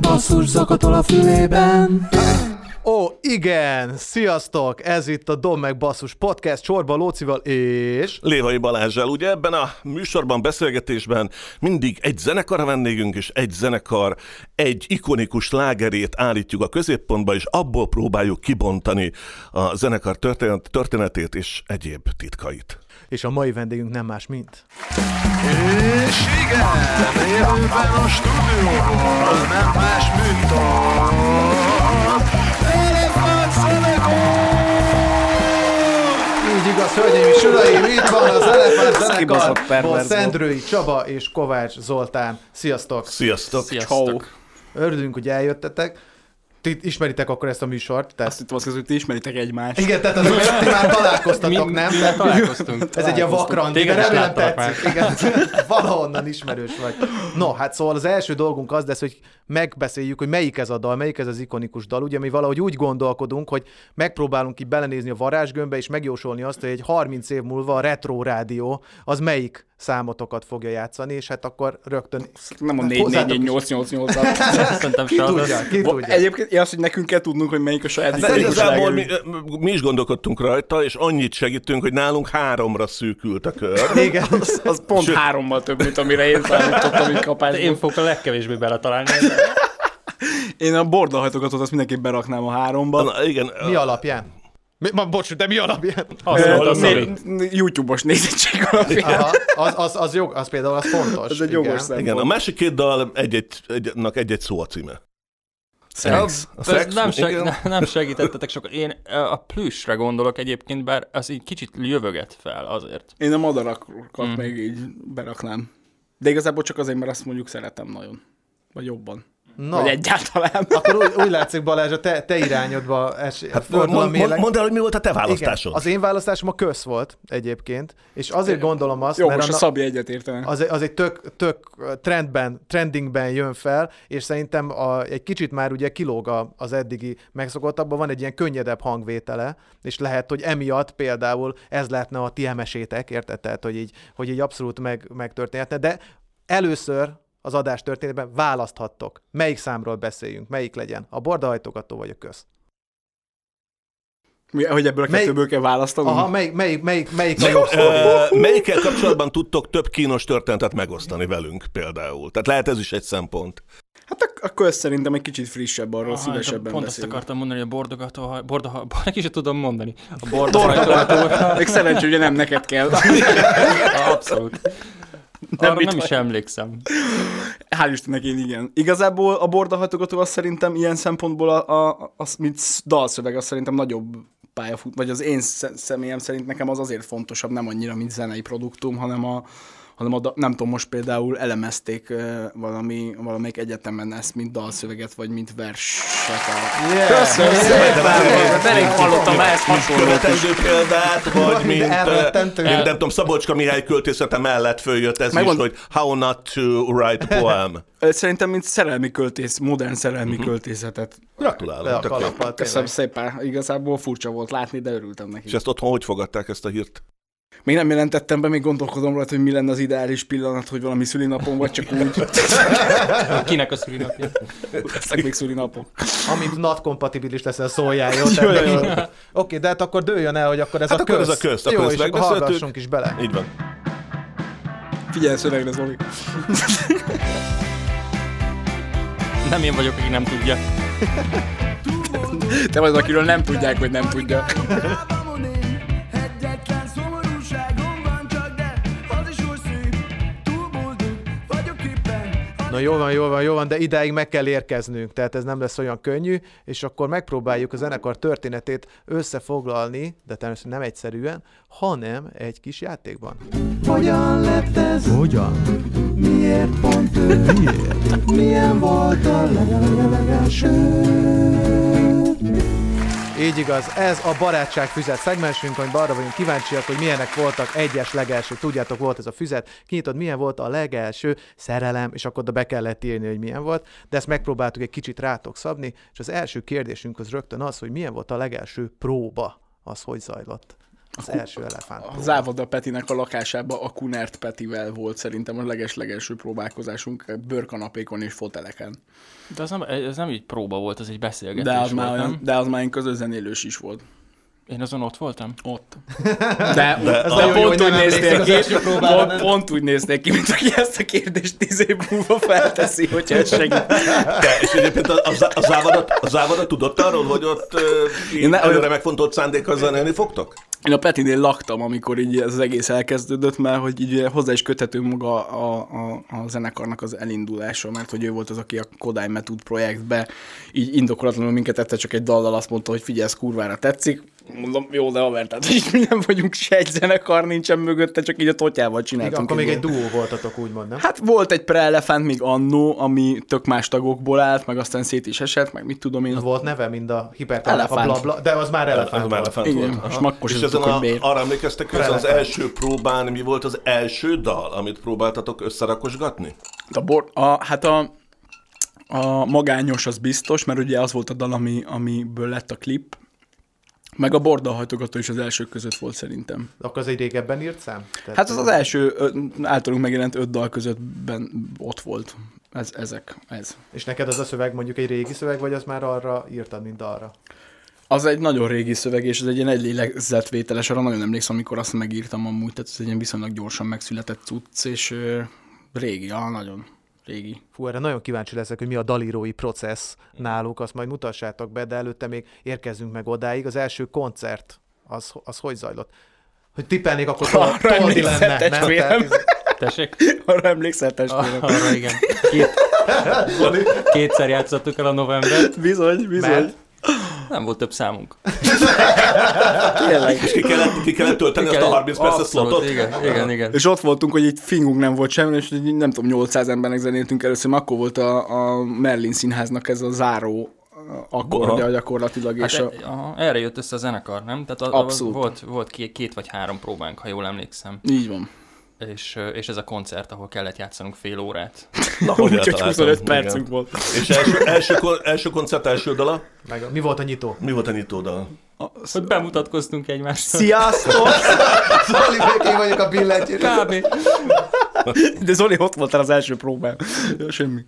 basszus zakatol a fülében. Ó, igen! Sziasztok! Ez itt a Dom meg Basszus Podcast Csorba Lócival és... Lévai Balázsjal. Ugye ebben a műsorban, beszélgetésben mindig egy zenekar a vendégünk, és egy zenekar egy ikonikus lágerét állítjuk a középpontba, és abból próbáljuk kibontani a zenekar történet, történetét és egyéb titkait. És a mai vendégünk nem más, mint... És igen, élőben a stúdióból, nem más, mint a... Elefánt Zenekar! Így igaz, hölgyeim és uraim, itt van az Elefánt Ez kibaszott Zenekarból perverz volt. Szendrői Csaba és Kovács Zoltán. Sziasztok! Sziasztok! Ciao. Örülünk, hogy eljöttetek. Ti ismeritek akkor ezt a műsort, Azt tehát... hittem azt közül, hogy ti ismeritek egymást. Igen, tehát azért ti már találkoztatok, nem? Mi már találkoztunk. Ez egy ilyen vakran, de Téged is remélem láttalak tetszik. Igen, valahonnan ismerős vagy. No, hát szóval az első dolgunk az lesz, hogy megbeszéljük, hogy melyik ez a dal, melyik ez az ikonikus dal. Ugye mi valahogy úgy gondolkodunk, hogy megpróbálunk így belenézni a varázsgömbbe, és megjósolni azt, hogy egy 30 év múlva a retro rádió az melyik számotokat fogja játszani, és hát akkor rögtön... Nem a Hozzátok 4 8 8 8 Szerintem Ki se az. tudja, ki tudja. Egyébként én azt, hogy nekünk kell tudnunk, hogy melyik a saját De ikonikus igazából mi, lágerünk. mi is gondolkodtunk rajta, és annyit segítünk, hogy nálunk háromra szűkült a kör. Igen. Az, az pont Sőt. hárommal több, mint amire én számítottam így kapásból. Én fogok a legkevésbé beletalálni. Én a bordahajtogatót azt mindenképp beraknám a háromba. Na, igen, Mi alapján? Mi, ma, bocs, de mi alapján? Azt Ö, mondta, né- Szobi. né- YouTube-os nézettség alapján. Aha, az, az, az, jog, az például az fontos. Ez egy igen. jogos igen, a szempont. másik két dal egy-egy, egy, nak egy-egy szó a címe. Ez A szex? nem, Igen. seg, ne, nem segítettetek sokat. Én ö, a plüssre gondolok egyébként, bár az így kicsit jövöget fel azért. Én a madarakat még így beraknám. De igazából csak azért, mert azt mondjuk szeretem nagyon. Vagy jobban. Na, Vagy egyáltalán. akkor úgy, úgy látszik, Balázs, a te, te irányodba es, hát, Mond, fordul a mond, mérleg. mondd el, hogy mi volt a te Igen, választásod. az én választásom a kösz volt egyébként, és azért gondolom azt, Jó, mert most a annak- Szabi egyet értene. az, az egy tök, tök trendben, trendingben jön fel, és szerintem a, egy kicsit már ugye kilóg a- az eddigi megszokottabban, van egy ilyen könnyedebb hangvétele, és lehet, hogy emiatt például ez lehetne a ti emesétek, érted? Tehát, hogy így, hogy így abszolút meg, megtörténhetne, de először az adás történetben választhattok, melyik számról beszéljünk, melyik legyen, a bordahajtogató vagy a köz. Mi- Hogy ebből a Mely- kettőből kell választanunk? Aha, melyik, melyik, melyik, melyik a jobb szó? Ö, Melyikkel kapcsolatban tudtok több kínos történetet megosztani velünk például? Tehát lehet ez is egy szempont. Hát ak- akkor ez szerintem egy kicsit frissebb, arról Aha, szívesebben pont azt beszélünk. akartam mondani, hogy a bordogató, bordoha, neki se tudom mondani. A bordogató, Még szerencsé, hogy nem neked kell. abszolút. Arra mit nem is emlékszem. Hál' Istennek én igen. Igazából a bordahajtogató az szerintem ilyen szempontból, a, a, az, mint sz- dalszöveg, az szerintem nagyobb pályafut, vagy az én sze- személyem szerint nekem az azért fontosabb, nem annyira, mint zenei produktum, hanem a, hanem a, da- nem tudom, most például elemezték ö, valami, valamelyik egyetemen ezt, mint dalszöveget, vagy mint verset. A... Yeah. Köszönöm szépen! Nem én hallottam ezt hasonlót is. Követendő példát, vagy mint, elrettentő. ö, mint nem tudom, Szabolcska Mihály költészete mellett följött ez Megmond- is, hogy how not to write a poem. Ö, Szerintem, mint szerelmi költész, modern szerelmi Mhm. költészetet. Le Gratulálok. a tök jó. kalappal, Köszönöm szépen, igazából furcsa volt látni, de örültem neki. És ezt otthon hogy fogadták ezt a hírt? Még nem jelentettem be, még gondolkodom rajta, hogy mi lenne az ideális pillanat, hogy valami szülinapon, vagy csak úgy Kinek a szülinapja? lesznek még szülinapok. Amint NAT kompatibilis leszel, szóljál, jó? Tehát Jó, jó, jó. akkor- Oké, de hát akkor dőljön el, hogy akkor ez Hát a akkor köz. ez a köz, a jó, köz és akkor megbeszéltük. hallgassunk is bele. Így van. Figyelj szövegre, Zoli. Nem én vagyok, aki nem tudja. Te vagy az, akiről nem tudják, hogy nem tudja. Lábamon én, egyetlen szomorúságom van csak, de az is oly szép, túl boldog vagyok éppen. Na jó van, jó van, jó van, de idáig meg kell érkeznünk, tehát ez nem lesz olyan könnyű, és akkor megpróbáljuk a zenekar történetét összefoglalni, de természetesen nem egyszerűen, hanem egy kis játékban. Hogyan lett ez? Hogyan? Miért pont ő? Miért? Milyen volt a legelső? Így igaz, ez a barátság füzet szegmensünk, amiben arra vagyunk kíváncsiak, hogy milyenek voltak egyes legelső. Tudjátok, volt ez a füzet, kinyitod, milyen volt a legelső szerelem, és akkor oda be kellett írni, hogy milyen volt, de ezt megpróbáltuk egy kicsit rátok szabni, és az első kérdésünk az rögtön az, hogy milyen volt a legelső próba, az hogy zajlott. Az első elefánt. Az Ávoda Petinek a lakásába a Kunert Petivel volt szerintem a leges-legelső próbálkozásunk bőrkanapékon és foteleken. De az nem, ez nem így próba volt, az egy beszélgetés De az, volt, már nem? olyan, de az már ilyen közös zenélős is volt. Én azon ott voltam? Ott. De, de, az de nagyon jó, pont, hogy úgy nem néznél emlékszik ki, az első próbára, pont, nem? pont úgy néznél ki, mint aki ezt a kérdést tíz év múlva felteszi, hogyha ez segít. De, és egyébként a, a, zá- a, závadat, a závadat tudott arról, hogy ott Én uh, ne- előre megfontolt szándékkal zenélni fogtok? Én a Petinél laktam, amikor így ez az egész elkezdődött, mert hogy így hozzá is köthető maga a, a, a zenekarnak az elindulása, mert hogy ő volt az, aki a Kodály Method projektbe így indokolatlanul minket egyszer csak egy dallal azt mondta, hogy figyelj, ez kurvára tetszik. Mondom, jó, de haver, tehát így mi nem vagyunk se egy zenekar, nincsen mögötte, csak így a totyával Még csináltunk. akkor még egy dolgot. duó voltatok, úgymond, nem? Hát volt egy pre-elefánt még annó, ami tök más tagokból állt, meg aztán szét is esett, meg mit tudom én. Az volt neve, mind a hipertelep, a Elefánt. blabla, de az már elefánt Az az már volt. elefánt Igen, volt. a smakkos és is ezen tudtuk, a, hogy miért. arra emlékeztek, hogy ez az Elefánt. első próbán mi volt az első dal, amit próbáltatok összerakosgatni? A bor, a, hát a, a magányos az biztos, mert ugye az volt a dal, ami, amiből lett a klip. Meg a bordalhajtogató is az elsők között volt szerintem. Akkor az egy régebben írt szám? Tehát Hát az az első ö, általunk megjelent öt dal között ben, ott volt. Ez, ezek, ez. És neked az a szöveg mondjuk egy régi szöveg, vagy az már arra írtad, mint arra? Az egy nagyon régi szöveg, és ez egy ilyen egylélegzetvételes, arra nagyon emlékszem, amikor azt megírtam amúgy, tehát ez egy ilyen viszonylag gyorsan megszületett cucc, és ö, régi, ah, nagyon régi. Fú, erre nagyon kíváncsi leszek, hogy mi a dalírói processz náluk, azt majd mutassátok be, de előtte még érkezzünk meg odáig. Az első koncert, az, az hogy zajlott? Hogy tippelnék, akkor Arra tol- toldi emlékszem, lenne, nem? testvérem. Tehát, ez- Tessék? Arra emlékszel testvérem? Arra igen. Két, kétszer játszottuk el a novembert. Bizony, bizony. Mert? Nem volt több számunk. Tényleg. És ki kellett, ki kellett tölteni azt a 30 perces Abszolút, slotot? Igen, igen, igen. És ott voltunk, hogy egy fingunk nem volt semmi, és így nem tudom, 800 embernek zenéltünk először, mert akkor volt a, a Merlin Színháznak ez a záró akkordja Aha. gyakorlatilag, Hát és a, e- aha, erre jött össze a zenekar, nem? Tehát a, Abszolút. volt, volt két, két vagy három próbánk, ha jól emlékszem. így van. És, ö, és ez a koncert, ahol kellett játszanunk fél órát. Na, hogy Úgyhogy eltaláltam? 25 Igen. percünk volt. És első, első, kon- első koncert első dala? Meg, a- mi volt a nyitó? Mi volt a nyitódal? Hogy bemutatkoztunk egymással. Sziasztok! Zoli, meg Szóval, én vagyok a billentyűre. Kb. De Zoli, ott voltál az első próbán. Ja, semmi.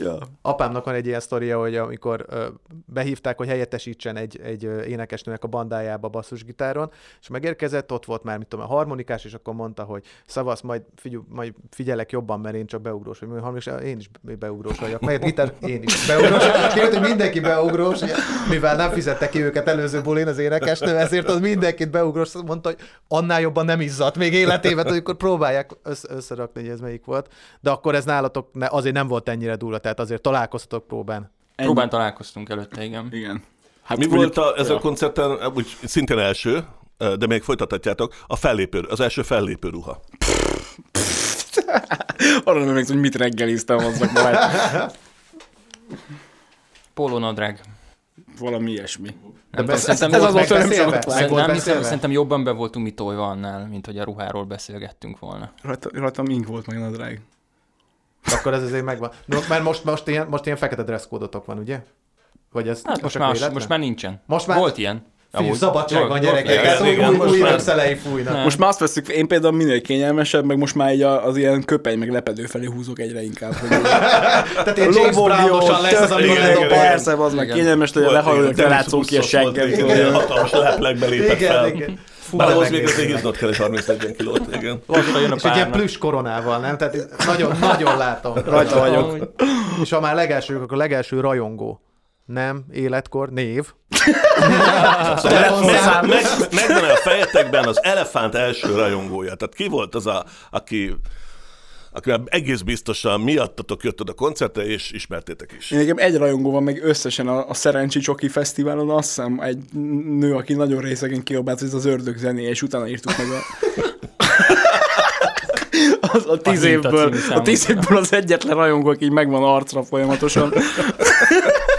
Ja. Apámnak van egy ilyen sztoria, hogy amikor ö, behívták, hogy helyettesítsen egy, egy ö, énekesnőnek a bandájába basszusgitáron, és megérkezett, ott volt már, mit tudom, a harmonikás, és akkor mondta, hogy szavasz, majd, figyel, majd figyelek jobban, mert én csak beugrós vagyok. Mondom, Harmonikás, én is be- beugrós vagyok. Meg gitár, én is beugrós. És kiderült, hogy mindenki beugrós, mivel nem fizette ki őket előző bulin az énekesnő, ezért az mindenkit beugrós, mondta, hogy annál jobban nem izzadt még életében, amikor próbálják össz- összerakni, hogy ez melyik volt. De akkor ez nálatok ne, azért nem volt ennyire durva, tehát azért találkoztatok próbán. Próbán találkoztunk előtte, igen. Igen. Hát Mi ugye- volt a, ez a koncerten, úgy szintén első, de még folytathatjátok, a fellépő, az első fellépő ruha. Arra nem emlékszem, hogy mit reggeliztem aznak már. Pólónadrág. Valami ilyesmi. De tudom, szerintem ez volt azóta nem megbeszélve? Meg szokott volt Szerintem, hiszem, beszélve? szerintem jobban be voltunk mi tojva annál, mint hogy a ruháról beszélgettünk volna. Rajta, rajtam ink volt meg a drág. Akkor ez azért megvan. No, mert most, most, ilyen, most ilyen fekete dresszkódotok van, ugye? Vagy ez Hát most, csak már, véletlen? most már nincsen. Most már- Volt ilyen. Fiú, Amúgy. szabadság Volt- van volt gyerekek, ilyen. ez új, igen, új, most új már- napszelei fújnak. Most már azt veszük, én például minél kényelmesebb, meg most már így a- az ilyen köpeny, meg lepedő felé húzok egyre inkább. Hogy Tehát ilyen James Brown-osan lesz az, amikor igen, ledobod. igen. Persze, az meg Igen. kényelmes, hogy Volt lehajoljak, ilyen ne látszom ki a tenisz buszos volt, seggem. igen, ilyen Hatalmas leplekbe lépett Igen, fel. igen. Fú, Bár de ahhoz még megnéztem. az igiznod kell egy 30-40 kilót, igen. Lassan jön a És egy ilyen párna. plüss koronával, nem? Tehát ez nagyon, nagyon látom. Rajta vagyok. Amúgy. És ha már legelsők, akkor legelső rajongó. Nem, életkor, név. Szóval meg, hozzám. meg, meg, megvan a fejetekben az elefánt első rajongója. Tehát ki volt az, a, aki aki már egész biztosan miattatok jött oda koncertre, és ismertétek is. Én nekem egy rajongó van meg összesen a, a Szerencsi Csoki Fesztiválon, azt hiszem egy nő, aki nagyon részegen kiabált, hogy ez az ördög zenéje, és utána írtuk meg a... Az, a tíz A Hinta évből, című a tíz számunkra. évből az egyetlen rajongó, aki így megvan arcra folyamatosan.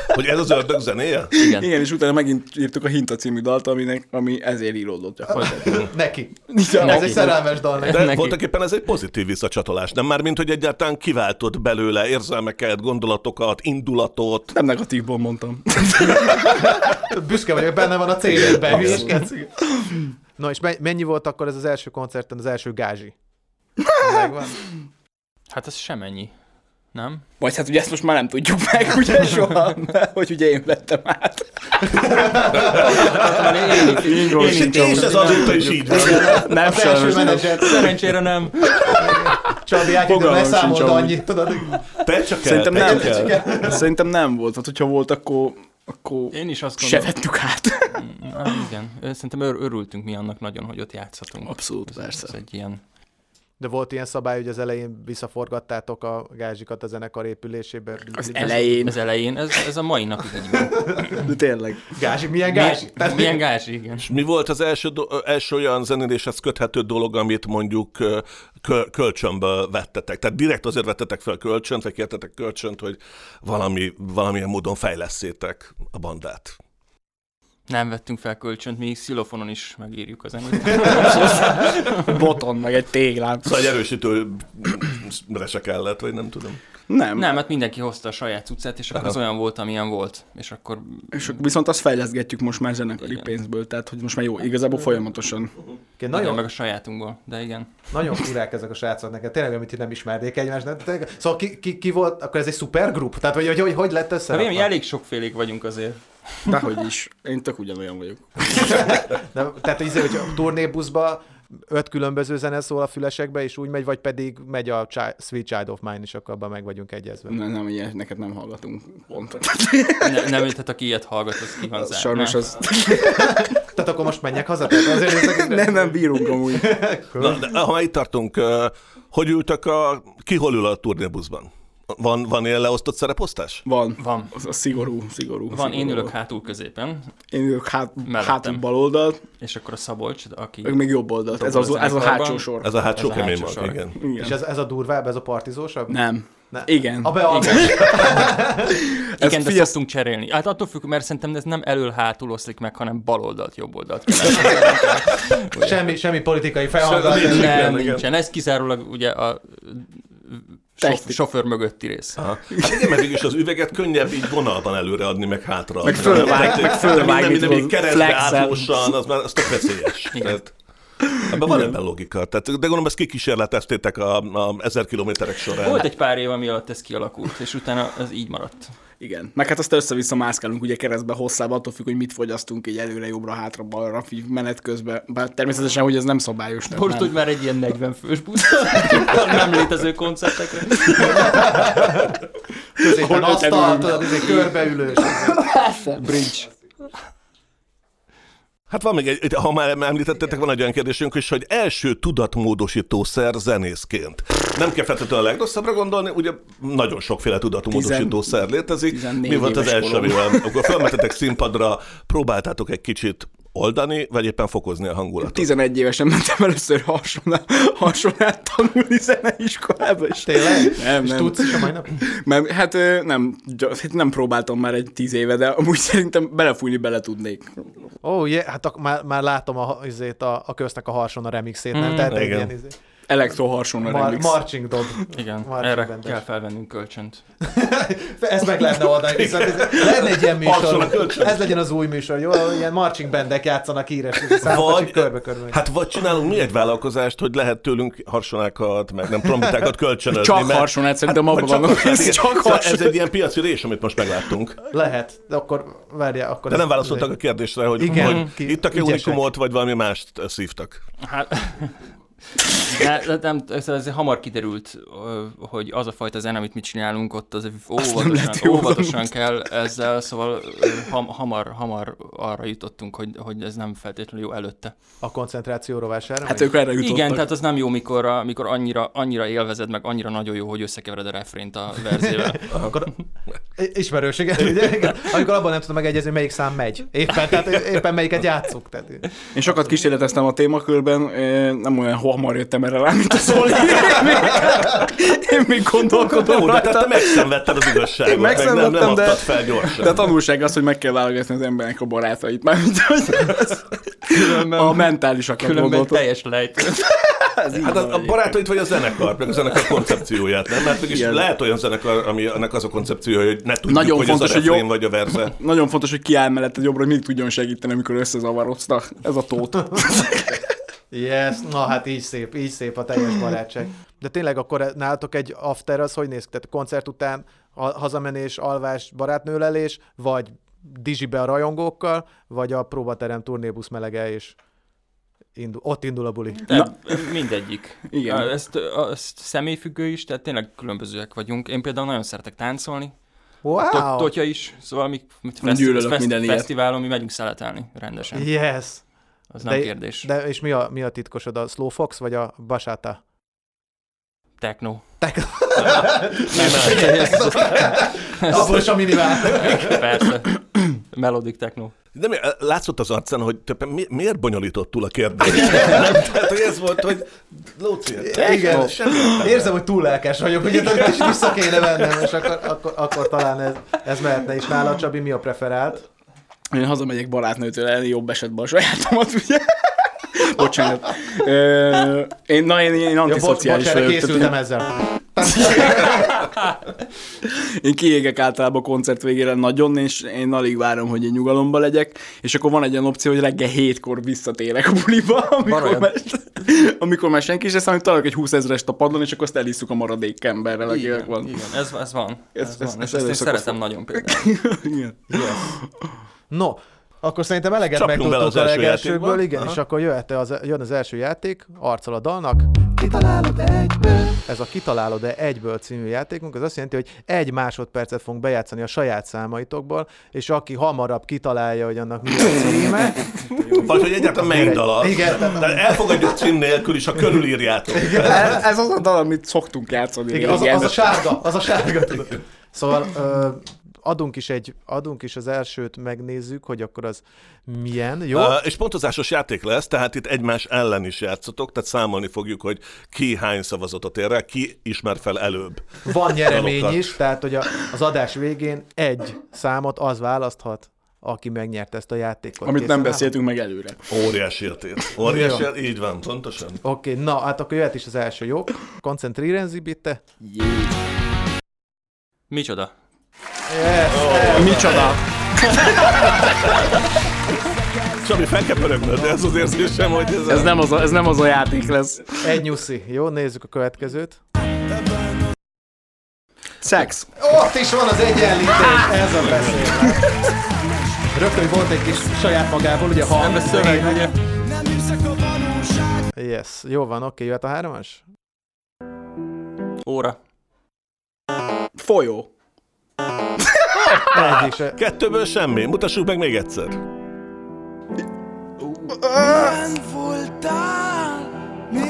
Hogy ez az ördög zenéje? Igen. Igen, és utána megint írtuk a Hinta című dalt, aminek, ami ezért íródott gyakorlatilag. Neki. Igen, Ez egy szerelmes dal neki. De Neki. voltak éppen ez egy pozitív visszacsatolás, nem már mint, hogy egyáltalán kiváltott belőle érzelmeket, gondolatokat, indulatot. Nem negatívból mondtam. Büszke vagyok, benne van a célében. Na és me- mennyi volt akkor ez az első koncerten, az első gázsi? Megvan? Hát ez semennyi. Nem? Vagy hát ugye ezt most már nem tudjuk meg, ugye soha, mert hogy ugye én vettem át. És, és ez azóta is így van. Nem, Az első sajnos nem. menedzser, Szerencsére nem. Csabi Ágyidon Fogalmam sincs leszámolt amúgy. annyit, tudod? Te csak el, Szerintem te nem. csak el. Szerintem nem volt. Hát, hogyha volt, akkor, akkor Én is azt se gondolom. vettük át. Ah, igen. Ö, Szerintem ör- örültünk mi annak nagyon, hogy ott játszhatunk. Abszolút, Ez persze. egy ilyen... De volt ilyen szabály, hogy az elején visszaforgattátok a gázsikat a zenekar épülésébe. Az elején. Ez elején, ez, ez a mai napig így van. De tényleg. Gázsi, milyen gázsi? Milyen, milyen gázsi, igen. És mi volt az első, do- ö, első olyan zenéléshez köthető dolog, amit mondjuk ö, köl- kölcsönből vettetek? Tehát direkt azért vettetek fel kölcsönt, vagy kértetek kölcsönt, hogy valami, valamilyen módon fejleszétek a bandát. Nem vettünk fel kölcsönt, mi szilofonon is megírjuk a zenét. Boton, meg egy téglám. Szóval egy erősítőre se kellett, vagy nem tudom. Nem. Nem, hát mindenki hozta a saját cuccát, és akkor az olyan volt, amilyen volt. És akkor És akkor viszont azt fejleszgetjük most már zenekari Igen. pénzből, tehát hogy most már jó, igazából folyamatosan. Igen, nagyon Nagyon, meg a sajátunkból, de igen. nagyon furák ezek a srácok neked, tényleg, amit így nem ismernék egymást. Nem? Tényleg- Szóval ki, ki, ki, volt, akkor ez egy szupergrup? Tehát, hogy hogy, hogy, hogy lett De össze? Hát mi elég sokfélék vagyunk azért. Dehogy is. Én tök ugyanolyan vagyok. De, tehát így, hogy a turnébuszba öt különböző zene szól a fülesekbe, és úgy megy, vagy pedig megy a Chi- Sweet Child of Mine, és akkor abban meg vagyunk egyezve. Nem, nem, ilyen, neked nem hallgatunk. Pont. Ne, nem, tehát aki ilyet hallgat, az ki van Az zárva. sajnos Nem? az... Tehát akkor most menjek haza? Tehát azért ezek- Nem, nem bírunk amúgy. Na, de ha már itt tartunk, ö, hogy ültök a... Ki hol ül a turnébuszban? Van, van ilyen leosztott szereposztás? Van. Van. Az a szigorú, szigorú. Van, szigorú. én ülök hátul középen, Én ülök hát, Mellettem. hátul bal oldalt, és akkor a Szabolcs, aki... meg még jobb oldalt. Ez, az, ez a zenekarban. hátsó sor. Ez a hátsó Ez a kemény hátsó mag, sor. igen. Igen. És ez, ez a durvább, ez a partizósabb? Nem. Ne. Igen. A beadás. Ez Igen, de figyelsz- szoktunk cserélni. Hát attól függ, mert szerintem ez nem elől-hátul oszlik meg, hanem bal oldalt, jobb oldalt. kell. Semmi, semmi politikai felhangzás. Semmi. Igen, igen. nem, nincsen. Ez kizárólag ugye a sof- Technik- sofőr mögötti rész. Aha. Hát igen, mert mégis az üveget könnyebb így vonalban előre adni, meg hátra adni. Meg fölvág- Tehát, meg de fölvágni Minden, minden tudod, még keresztbe flexen. átlósan, az már az tök veszélyes. Igen. Tehát, ebben van ebben logika. Tehát, de gondolom, ezt kikísérleteztétek a, a ezer kilométerek során. Volt egy pár év, ami alatt ez kialakult, és utána ez így maradt. Igen. Meg hát azt össze-vissza mászkálunk ugye keresztbe hosszába, attól függ, hogy mit fogyasztunk így előre, jobbra, hátra, balra, így menet közben. Bár természetesen, hogy ez nem szabályos. tehát Most, nem. hogy már egy ilyen 40 fős busz, nem létező koncertekre. Középen Ahol öten izé, asztal, ülünk. tudod, izé, ez egy körbeülős. Bridge. Hát van még egy, itt, ha már említettetek, van egy olyan kérdésünk is, hogy első tudatmódosítószer zenészként. Nem kell feltétlenül a legrosszabbra gondolni, ugye nagyon sokféle tudatmódosítószer létezik. 14 Mi volt az éves első, korom. amivel, amikor felmentetek színpadra, próbáltátok egy kicsit oldani, vagy éppen fokozni a hangulatot? 11 évesen mentem először hasonlát, hasonlát tanulni zeneiskolába, és Tényleg? Nem, És nem. tudsz is a mai nap? Mert, hát ö, nem, gy- hát nem próbáltam már egy tíz éve, de amúgy szerintem belefújni bele tudnék. Ó, oh, yeah, hát ak- már, már látom a, izét, a, a köznek a harson a remixét, nem? Tehát egy Igen. ilyen izé. Elektroharson a Mar- remix. marching dob. Igen, Marching erre bandes. kell felvennünk kölcsönt. Ezt meg lehetne oldani, viszont ez- lenne egy ilyen Harson a műsor. kölcsön. Ez legyen az új műsor, jó? Ahol Ilyen marching bandek játszanak híres izé Hát, számokat, Vagy, csak körbe-körbe. hát vagy csinálunk mi egy vállalkozást, hogy lehet tőlünk harsonákat, meg nem trombitákat kölcsönözni. Csak mert- harsonát, szerintem hát abban vagy csak vannak. harsonát, igen. Csak Szóval Ez harsonát. egy ilyen piaci rés, amit most megláttunk. Lehet, de akkor várjál, akkor... De ez- nem izé, válaszoltak a kérdésre, hogy, Igen, hogy ki- itt a ügyesek. unikumot, vagy valami mást szívtak. Hát, ne, de nem, ez, ez hamar kiderült, ö, hogy az a fajta zene, amit mi csinálunk, ott az nem óvatosan, lehet jól óvatosan kell ezzel, szóval ö, ham, hamar, hamar arra jutottunk, hogy, hogy ez nem feltétlenül jó előtte. A koncentráció rovására? Hát megy? ők erre jutottak. Igen, tehát az nem jó, mikor, a- mikor annyira, annyira élvezed, meg annyira nagyon jó, hogy összekevered a refrént a verzével. Akkor ismerőséget, ugye? Igen. Amikor abban nem tudom megegyezni, melyik szám megy. Éppen, tehát éppen melyiket játszunk. Tehát. Én sokat kísérleteztem a témakörben, ö, nem olyan hamar jöttem erre rá, mint a Zoli. Én még, én még gondolkodom Jó, de te, rajta. te megszenvedted az igazságot, Én meg nem, nem megszenvedtem, de- adtad fel gyorsan. De a tanulság az, hogy meg kell válogatni az embernek a barátait. Mármint, hogy az- a mentálisakat Különben gondoltam. teljes lejt. Ez így Hát van a, a egyébként. barátait vagy a zenekar, meg a zenekar koncepcióját, nem? Mert mégis Igen. lehet olyan zenekar, ami annak az a koncepciója, hogy ne tudjuk, Nagyon hogy fontos, ez a hogy refrén jó- vagy a verze. Nagyon fontos, hogy kiáll mellette jobbra, hogy mindig tudjon segíteni, amikor összezavarodsznak. Ez a tót. Yes, na hát így szép, így szép a teljes barátság. De tényleg akkor nálatok egy after az hogy néz ki? Tehát koncert után ha- hazamenés, alvás, barátnőlelés, vagy digibe a rajongókkal, vagy a próbaterem turnébusz melege és indul, ott indul a buli. Nem, mindegyik. Igen. Ö, Ezt, ö, ezt személyfüggő is, tehát tényleg különbözőek vagyunk. Én például nagyon szeretek táncolni, wow. Wow! totya is, szóval mi mit Gyűlölök feszti- minden feszti- ilyet. fesztiválon mi megyünk szeletelni rendesen. Yes! Az De- nem kérdés. De és mi a, mi a titkosod? A Slow Fox vagy a Basata? Techno. Abból sem minimál. Persze. Melodic techno. De mi, látszott az arcán, hogy te mi, miért bonyolított túl a kérdést? nem, tehát, hogy ez volt, hogy Lóci, Igen. semmi Érzem, hogy túl lelkes vagyok, ugye de most vissza kéne vennem, és akkor, akkor, akkor talán ez, ez mehetne is. Nála, Csabi, mi a preferált? Én hazamegyek barátnőtől elni, jobb esetben a sajátomat, ugye? Bocsánat. Ö, én, na, én, én Ja, bocs, antiszociális bocs, erre vagyok. tehát készültem én, ezzel. én kiégek általában a koncert végére nagyon, és én alig várom, hogy én nyugalomba legyek, és akkor van egy olyan opció, hogy reggel hétkor visszatérek a buliba, amikor olyan. már, amikor már senki is lesz, hanem találok egy 20 ezerest a padlón, és akkor azt elisszuk a maradék emberrel, aki Igen, van. igen, ez, ez van. Ez- Ez, ez- ez, van. ez és ezt én erőszakos szeretem nagyon például. Igen. No, akkor szerintem eleget Csapjunk bele megtudtuk az a első legelsőkből, játékba. igen, és akkor jöhet az, jön az első játék, arccal a dalnak. Kitalálod egyből Ez a Kitalálod -e egyből című játékunk, az azt jelenti, hogy egy másodpercet fogunk bejátszani a saját számaitokból, és aki hamarabb kitalálja, hogy annak mi a címe, Vagy hogy egyáltalán melyik dal az. Igen, tehát- Tehát elfogadjuk cím nélkül is, ha körülírjátok. Ez, ez az a dal, amit szoktunk játszani. Igen, az, az a sárga, az a sárga. tudod. Szóval ö, adunk is egy, adunk is az elsőt, megnézzük, hogy akkor az milyen, jó? Uh, és pontozásos játék lesz, tehát itt egymás ellen is játszotok, tehát számolni fogjuk, hogy ki hány szavazatot ér el, ki ismer fel előbb. Van nyeremény dalokat. is, tehát hogy a, az adás végén egy számot az választhat, aki megnyerte ezt a játékot. Amit Készen nem áll? beszéltünk meg előre. Óriási értét. Óriási értét, így van, pontosan. Oké, okay, na, hát akkor jöhet is az első, jó? Koncentrieren bitte. Micsoda? Micsoda! Csabi, fel kell pörögnöd, de ez az érzésem, hogy ez, Ez nem, az a, ez nem az a játék lesz. Egy nyuszi, jó? Nézzük a következőt. Szex. Ott is van az egyenlítés, ez a beszélés. Rögtön hogy volt egy kis saját magából, ugye hang. Nem lesz szöveg, ugye? Yes, jó van, oké, jöhet a hármas? Óra. Folyó. Egyik se. Kettőből semmi. Mutassuk meg még egyszer.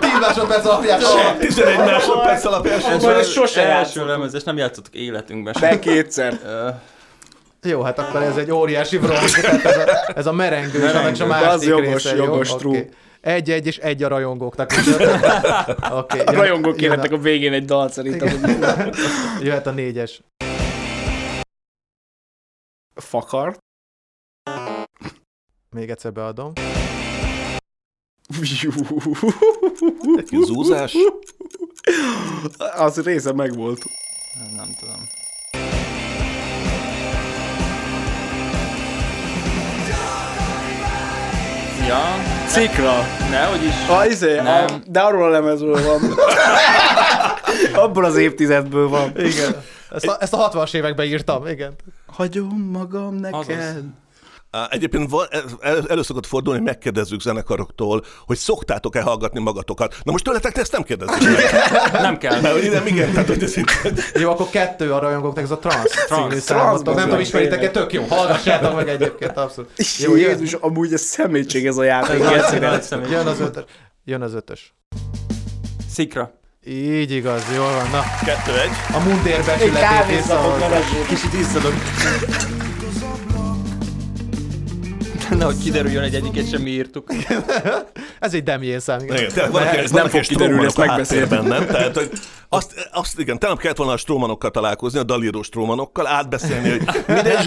Tíz másodperc alapján. Se. 11 másodperc alapján sem. Ez már az ezt sose első játszottuk. lemez, és nem játszottuk életünkben De sem. kétszer. Ö, Jó, hát akkor ez egy óriási bronz. Tehát ez a, ez a merengő, merengő. annak csak Merengő, másik az jogos, része, jogos, jó? true. Oké. Egy-egy és egy a rajongóknak. okay, A rajongók kérhettek a végén egy dal szerintem. Jöhet a négyes. Fakart. Még egyszer beadom. Egy kis zúzás. Az része megvolt. Nem tudom. Ja, Cikra. nehogy is. A, izé, a, Nem. de arról a lemezről van. Abból az évtizedből van. Igen. Ezt a, ezt a 60-as években írtam, igen. Hagyom magam Azaz. neked. Á, Egyébként van- el- el- elő szokott fordulni, hogy megkérdezzük zenekaroktól, hogy szoktátok-e hallgatni magatokat. Na most tőletek ezt nem kérdezzük meg. Nem kell. Mert ide igen, tehát hogy ez itt... Jó, akkor kettő a rajongóknak, ez a trans című számotok. bazd Nem tudom, meg, ismeritek-e, tényleg. tök jó. Hallgassátok meg egyébként, abszolút. Jó, jöhet- Jézus, amúgy ez szemétség ez a játék. Nagy- egyszerűen. nagy személy. Jön az ötös. Jön az ötös. Szikra. Így igaz, jól van. Na, Kettő egy. a mundérbecsületét visszahozom. Kicsit izzadok. Nehogy kiderüljön, hogy egyiket sem mi írtuk. Ez egy Demjén szám, igen. Igen, tényleg vannak, ez nem fog fog kiderülni, kiderülni, ezt ezt megbeszéltük. megbeszélben, nem? Tehát, hogy azt, azt igen, tegnap kellett volna a strómanokkal találkozni, a dalíró strómanokkal, átbeszélni, hogy mire is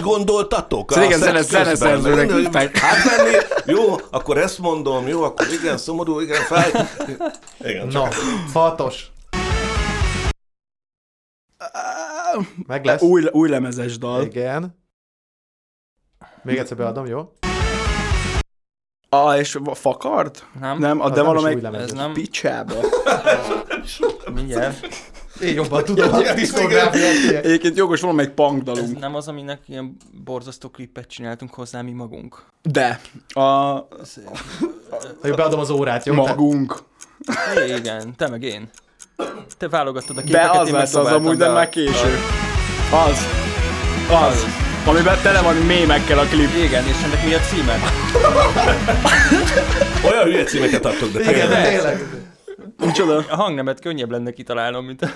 Ez gondoltatok? Szóval igen, A szex zene- közben, zeneszerzőnek meg minden, hogy hívták. Átmenni, jó, akkor ezt mondom, jó, akkor igen, szomorú, igen, fáj. Igen, Na, csak hatos. Meg lesz? Hát, Új, új lemezes dal. Igen. Még egyszer beadom, jó? A, és a fakart? Nem? Nem, a, Az de nem is valamelyik új lemez. Ez nem? picsába. Mindjárt. Én jobban tudom, hogy diszkográfiát Egyébként jogos, valamelyik punk Ez dalunk. nem az, aminek ilyen borzasztó klipet csináltunk hozzá mi magunk. De. A Hogy beadom az órát, jó? Tehát magunk. Igen, te meg én. Te válogattad a képeket, De az én meg lesz az amúgy, de dobáltam már be késő. Az. Az. Amiben tele van mémekkel a klip. a- Igen, és ennek mi a címe? olyan hülye címeket adtok, de Igen, tényleg. de tényleg. Micsoda? A hangnemet könnyebb lenne kitalálnom, mint a...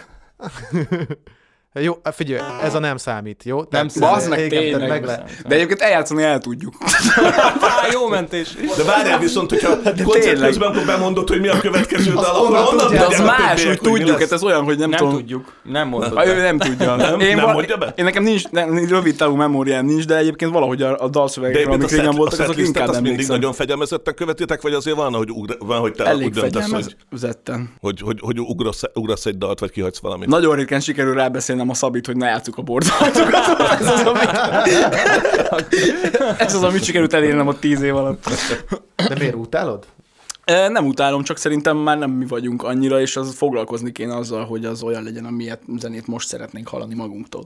Jó, figyelj, ez a nem számít, jó? Nem számít. Bazd meg, igen, tehát tényleg. meg le. De egyébként eljátszani el tudjuk. Á, jó mentés! De várjál viszont, hogyha koncert Hát tényleg. közben, akkor bemondod, hogy mi a következő dal, akkor onnan onnan tudják. De az tudják a más, hogy többiek, Szóval mi tudjuk, lesz. hát ez olyan, hogy nem, Nem tudom. tudjuk. Nem mondod. Ha ő be. nem tudja. Nem? én Nem val- mondja be? Én nekem nincs, nem, én rövid távú memóriám nincs, de egyébként valahogy a, a De dalszövegekről, egyébként a, amik set, régen voltak, voltak, a azok setlistet inkább azt mindig emlékszem. nagyon fegyelmezetten követitek, vagy azért van, hogy, ugra, van, hogy te Elég úgy döntesz, hogy, fegyelmezetten. hogy, hogy, hogy ugrasz, ugrasz egy dalt, vagy kihagysz valamit. Na, Nagyon ritkán sikerül rábeszélnem a Szabit, hogy ne játsszuk a borzalmatokat. ez az, amit, ez az, amit sikerült elérnem a tíz év alatt. De miért utálod? E, Nem utálom, csak szerintem már nem mi vagyunk annyira, és az foglalkozni kéne azzal, hogy az olyan legyen, amilyet zenét most szeretnénk hallani magunktól.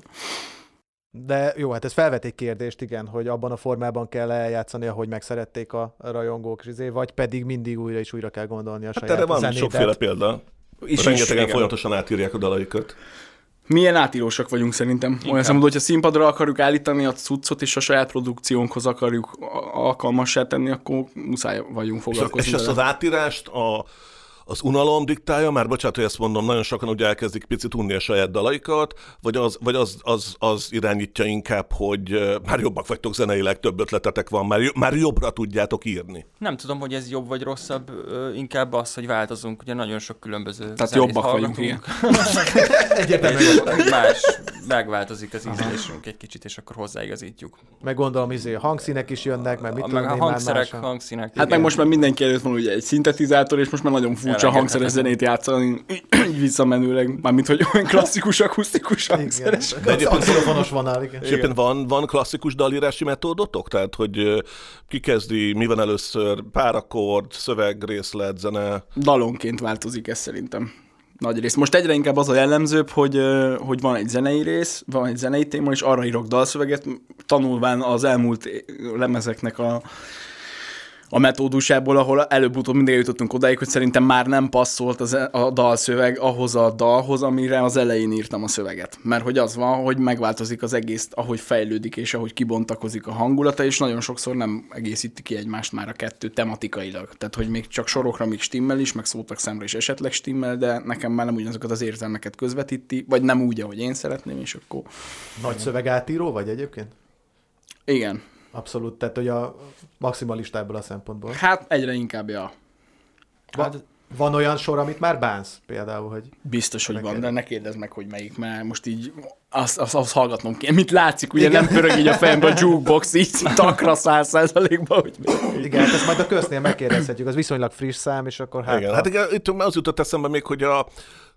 De jó, hát ez felvet egy kérdést, igen, hogy abban a formában kell eljátszani, ahogy megszerették a rajongók, és izé, vagy pedig mindig újra és újra kell gondolni a hát saját erre van zenédet. sokféle példa. is, Rengetegen igen. folyamatosan átírják a dalaikat. Milyen átírósak vagyunk szerintem. Inkább. Olyan szemben, hogyha színpadra akarjuk állítani a cuccot, és a saját produkciónkhoz akarjuk a- alkalmassá tenni, akkor muszáj vagyunk És, az, foglalkozni. és azt vele. az átírást a, az unalom diktálja, már bocsánat, hogy ezt mondom, nagyon sokan ugye elkezdik picit unni a saját dalaikat, vagy az, vagy az, az, az irányítja inkább, hogy eh, már jobbak vagytok zeneileg, több ötletetek van, már, jo- már jobbra tudjátok írni. Nem tudom, hogy ez jobb vagy rosszabb, ö, inkább az, hogy változunk, ugye nagyon sok különböző Tehát zenét jobbak vagyunk, hallgatunk. Egyértelmű. És más, megváltozik az ízlésünk egy kicsit, és akkor hozzáigazítjuk. Meg gondolom, izé, hangszínek is jönnek, meg mit Meg tudom a én már hangszerek, másan. hangszínek. Hát meg most már mindenki előtt van ugye egy szintetizátor, és most már nagyon furcsa Elengedhetetlen. hangszeres zenét játszani, így visszamenőleg, mármint hogy olyan klasszikus, akusztikus Igen. hangszeres. Az Szaxofonos vonal, igen. És egyébként van, van klasszikus dalírási metódotok? Tehát, hogy ö, ki kezdi, mi van először, párakord, szövegrészlet, zene. dalonként változik ez szerintem. Nagy rész. Most egyre inkább az a jellemzőbb, hogy, ö, hogy van egy zenei rész, van egy zenei téma, és arra írok dalszöveget, tanulván az elmúlt é- lemezeknek a, a metódusából, ahol előbb-utóbb mindig jutottunk odáig, hogy szerintem már nem passzolt az, e- a dalszöveg ahhoz a dalhoz, amire az elején írtam a szöveget. Mert hogy az van, hogy megváltozik az egész, ahogy fejlődik és ahogy kibontakozik a hangulata, és nagyon sokszor nem egészíti ki egymást már a kettő tematikailag. Tehát, hogy még csak sorokra még stimmel is, meg szótak számra is esetleg stimmel, de nekem már nem ugyanazokat az érzelmeket közvetíti, vagy nem úgy, ahogy én szeretném, és akkor Nagy szövegátíró vagy egyébként? igen. Abszolút, tehát hogy a maximalista ebből a szempontból. Hát egyre inkább, ja. Hát- Va- van olyan sor, amit már bánsz például, hogy Biztos, hogy van, Neked? de ne kérdezz meg, hogy melyik, mert most így azt, azt, azt hallgatnom kell. Mit látszik, ugye Igen. Igen. nem pörög így a fejembe a jukebox, így takra száz százalékban, hogy igen, hát ezt majd a köznél megkérdezhetjük, az viszonylag friss szám, és akkor hát... Hát, igen. hát igen, itt az jutott eszembe még, hogy a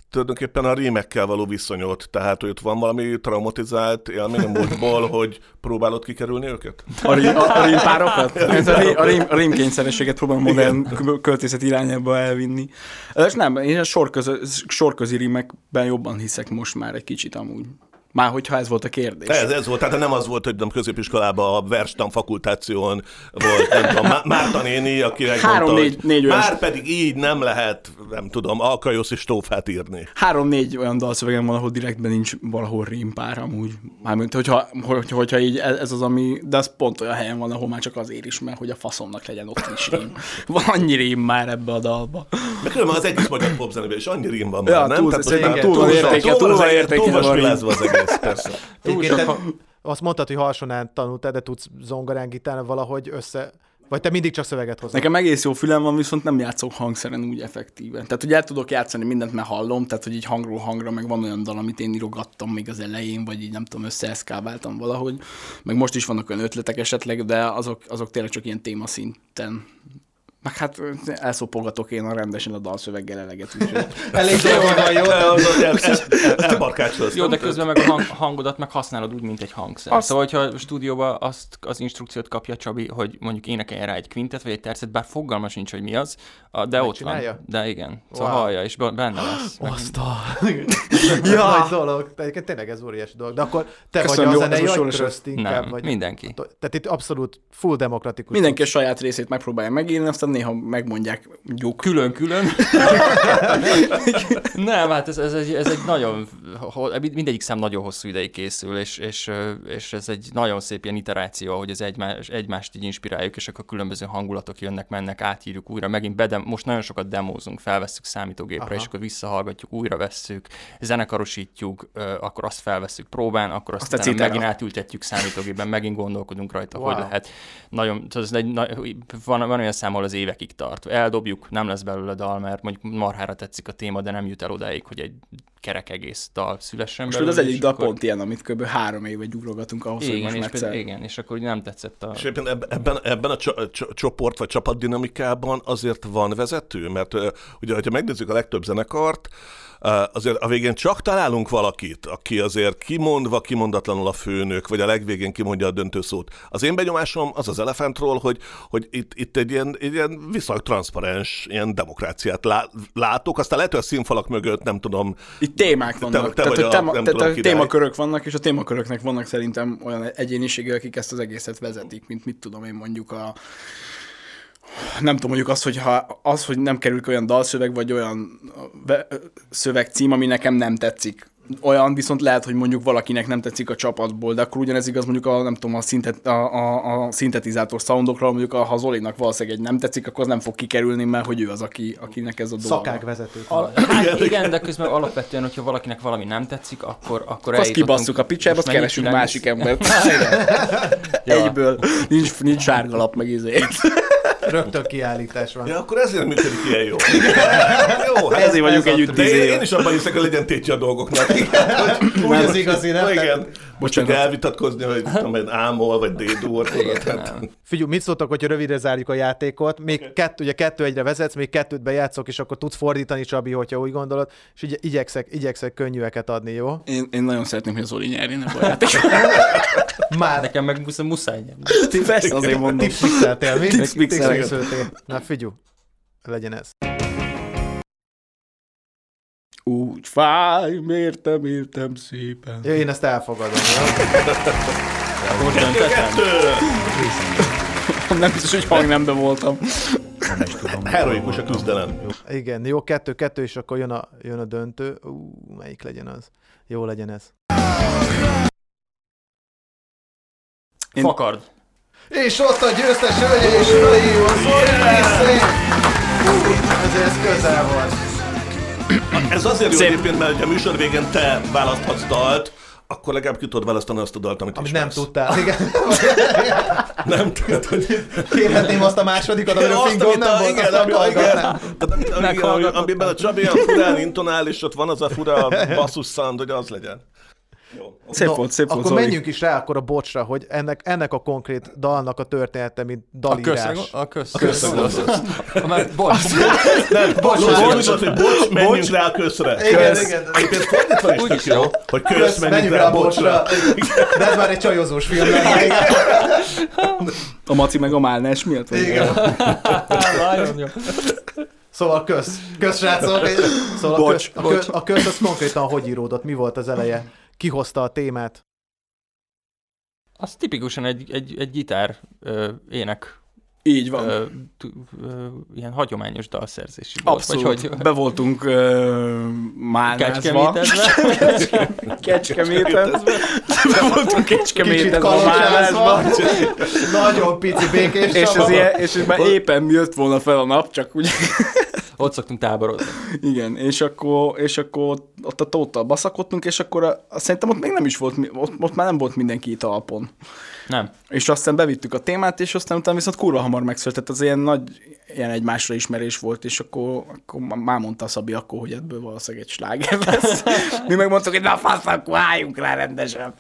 tulajdonképpen a rímekkel való viszonyot, tehát hogy ott van valami traumatizált élmény a múltból, hogy próbálod kikerülni őket? a, rím, a, a rímpárokat. Ez A, rím, a, rím, a rímkényszerességet próbálom modern kö- költészet irányába elvinni. Ö, És nem, én a sorközi, sorközi rímekben jobban hiszek most már egy kicsit amúgy. Már hogyha ez volt a kérdés. Ez, ez volt, tehát nem az volt, hogy nem középiskolában a verstan fakultáción volt, nem tudom, Má- Márta néni, aki megmondta, Három, hogy négy- négy olyan- már pedig így nem lehet, nem tudom, alkajoszi stófát írni. Három-négy olyan dalszövegem van, ahol direktben nincs valahol rímpár amúgy. Mármint, hogyha, hogy, hogyha így ez ez az, ami, de az pont olyan helyen van, ahol már csak azért is, mert hogy a faszomnak legyen ott is rím. Van annyi rím már ebbe a dalba. Mert különben az egész magyar popzenében is annyi rím van már, Ja, nem? túl- Tehát az szerintem már- túl van az- értéke, túl van túl van az egész, értéke túl van van rím. spilázva az egész, persze. Egyébként te azt mondtad, hogy harsonán tanultál, de tudsz zongorán, gitárra valahogy össze Vagy te mindig csak szöveget hozol? Nekem egész jó fülem van, viszont nem játszok hangszeren úgy effektíven. Tehát, hogy el tudok játszani mindent, mert hallom, tehát, hogy így hangról hangra, meg van olyan dal, amit én írogattam még az elején, vagy így nem tudom, összeeszkábáltam valahogy. Meg most is vannak olyan ötletek esetleg, de azok, azok tényleg csak ilyen témaszinten. Meg hát elszopogatok én a rendesen a dalszöveggel eleget. Úgyhogy... Elég Szóval- dolgod van, jó? Elbarkácsolsz. Jó, de közben meg a hang, hangodat meg használod úgy, mint egy hangszer. Azt... Szóval, hogyha a stúdióba azt az instrukciót kapja Csabi, hogy mondjuk énekelj rá egy kvintet vagy egy tercet, bár fogalma sincs, hogy mi az, a- de ott Megcsinálja? van. De igen. Szóval Wow. hallja, és be- benne lesz. Meg- Azt a... ja. Nagy dolog. De egyébként tényleg ez óriási dolog. De akkor te Köszönöm, vagy jó, a zenei ez most soros agytrözt inkább. Nem, vagy... mindenki. Tehát itt abszolút full demokratikus. Mindenki a saját részét megpróbálja megírni, aztán néha megmondják jók. Külön-külön. nem, hát ez, ez, egy, ez egy nagyon, ho- mindegyik szám nagyon hosszú ideig készül, és, és, ö, és ez egy nagyon szép ilyen iteráció, hogy az egymás, egymást így inspiráljuk, és akkor különböző hangulatok jönnek, mennek, átírjuk újra, megint bedem, most nagyon sokat demózunk, felvesszük számítógépre, Aha. és akkor visszahallgatjuk, újra vesszük, zenekarosítjuk, ö, akkor azt felvesszük próbán, akkor azt, Azt a azt cipere. megint átültetjük számítógépben, megint gondolkodunk rajta, Wow. wow. hogy lehet. Nagyon, tehát ez egy, na, van, van olyan szám, ahol az évekig tart. Eldobjuk, nem lesz belőle dal, mert mondjuk marhára tetszik a téma, de nem jut el odáig, hogy egy kerek egész dal szülessen Most belőle, az egyik és dal akkor- pont ilyen, amit kb. három éve gyúrogatunk ahhoz, hogy igen, most és egyszer- például, igen, és akkor úgy nem tetszett a... És éppen eb- ebben, ebben a cso- cso- csoport vagy csapatdinamikában azért van vezető, mert ö, ugye, hogyha megnézzük a legtöbb zenekart, ö, azért a végén csak találunk valakit, aki azért kimondva, kimondatlanul a főnök, vagy a legvégén kimondja a döntő szót. Az én benyomásom az az elefántról, hogy, hogy itt, itt egy, ilyen, egy ilyen viszonylag transzparens ilyen demokráciát lá- látok, aztán lehet, hogy a színfalak mögött nem tudom. Itt témák Te- vannak. te tehát, vagy hogy a- téma, nem tehát tudom, a király. témakörök vannak, és a témaköröknek vannak szerintem olyan egyéniségek, akik ezt az egészet vezetik, mint mit tudom én mondjuk a nem tudom, mondjuk az, hogy, ha, az, hogy nem kerül ki olyan dalszöveg, vagy olyan ve- szövegcím, ami nekem nem tetszik. Olyan viszont lehet, hogy mondjuk valakinek nem tetszik a csapatból, de akkor ugyanez igaz mondjuk a, nem tudom, a, szintet, a, a, a szintetizátor soundokra, mondjuk a, ha Zolinak valószínűleg egy nem tetszik, akkor az nem fog kikerülni, mert hogy ő az, aki, akinek ez a dolga. szakák vezetők. vannak. Hát igen, de közben alapvetően, hogyha valakinek valami nem tetszik, akkor, akkor Azt kibasszuk a picsába, Most azt mennyi keresünk kilenc- másik embert. Egyből. Nincs, nincs sárga lap meg izé. izért. Rögtön kiállítás van. Ja, akkor ezért működik ilyen jó. jó hát Ezért vagyunk ez együtt De tíz én, én éve. is abban hiszek, hogy legyen tétje a dolgoknak. Hogy- Úgy az igazi, nem? Na, Igen. Most csak Bocsánat. elvitatkozni, hogy tudom én, ámol, vagy dédúr. hát- Figyelj, mit szóltak, hogyha rövidre zárjuk a játékot? Még kettő, ugye kettő egyre vezetsz, még kettőt bejátszok, és akkor tudsz fordítani, Csabi, hogyha úgy gondolod, és így, igyekszek, igyekszek könnyűeket adni, jó? Én, én nagyon szeretném, hogy az Oli nyerjen ne baját. Már Nekem meg muszáj, muszáj nyerni. Persze, azért mondom. tipsixeltél, mi? Tipsixeltem. Tipsixeltél. Na, figyelj, legyen ez. Úgy fáj, mértem, értem szépen. Jó, én ezt elfogadom. Jó? Most döntettem. Nem biztos, hogy hangnemben voltam. Heroikus a küzdelem. Igen, jó, kettő-kettő, és akkor jön a, jön a döntő. Ú, melyik legyen az? Jó legyen ez. Én- Fakard. És ott a győztes hölgyeim és uraim, az Orjászé! Ezért ez közel volt. Ez azért jó egyébként, mert ha a műsor végén te választhatsz dalt, akkor legalább ki tudod választani azt a dalt, amit, Amit nem ismersz. tudtál. Igen. Nem tudod, hogy... Kérhetném azt a másodikat, amiről Fingon nem volt, azt nem hallgatnám. hallgatnám. Amiben a Csabi a furán intonál, és ott van az a fura basszus szand, hogy az legyen. Jó. Szép volt, szép volt, akkor Zoli. menjünk is rá akkor a bocsra, hogy ennek, ennek a konkrét dalnak a története, mint dalírás. A köszönöm. Már bocs. Bocs, bocs, bocs, bocs, bocs, menjünk rá a köszre. Igen, igen. Egyébként fordítva is tök Úgyis jó, jó. hogy kösz, menjünk rá a bocsra. De ez már egy csajozós film. nem? Igen. A Maci meg a Málnás miatt? vagy? Nagyon jó. Szóval kösz. Kösz, srácok. Szóval Bocs, a, köz, a, köz, a köz az konkrétan hogy íródott? Mi volt az eleje? Ki hozta a témát? Az tipikusan egy, egy, egy gitár ö, ének, Így van. ö, t- ö, ilyen hagyományos dalszerzési volt. Vagy Abszolút. hogy Be voltunk ö, Málnásba. kecskemítezve. Kecskeméten. Be voltunk Kecskeméten a kalocsázva. Málnásba. Nagyon pici békés És, sava. ez ilyen, és ez már éppen jött volna fel a nap, csak úgy Ott szoktunk táborozni. Igen, és akkor, és akkor ott a tóttal baszakodtunk, és akkor a, a- szerintem ott még nem is volt, mi- ott, ott már nem volt mindenki itt alapon. Nem. És aztán bevittük a témát, és aztán utána viszont kurva hamar megszületett, az ilyen nagy, ilyen egymásra ismerés volt, és akkor, akkor már mondta a Szabi akkor, hogy ebből valószínűleg egy sláger lesz. Mi megmondtuk, hogy na fasz, akkor álljunk rá rendesen.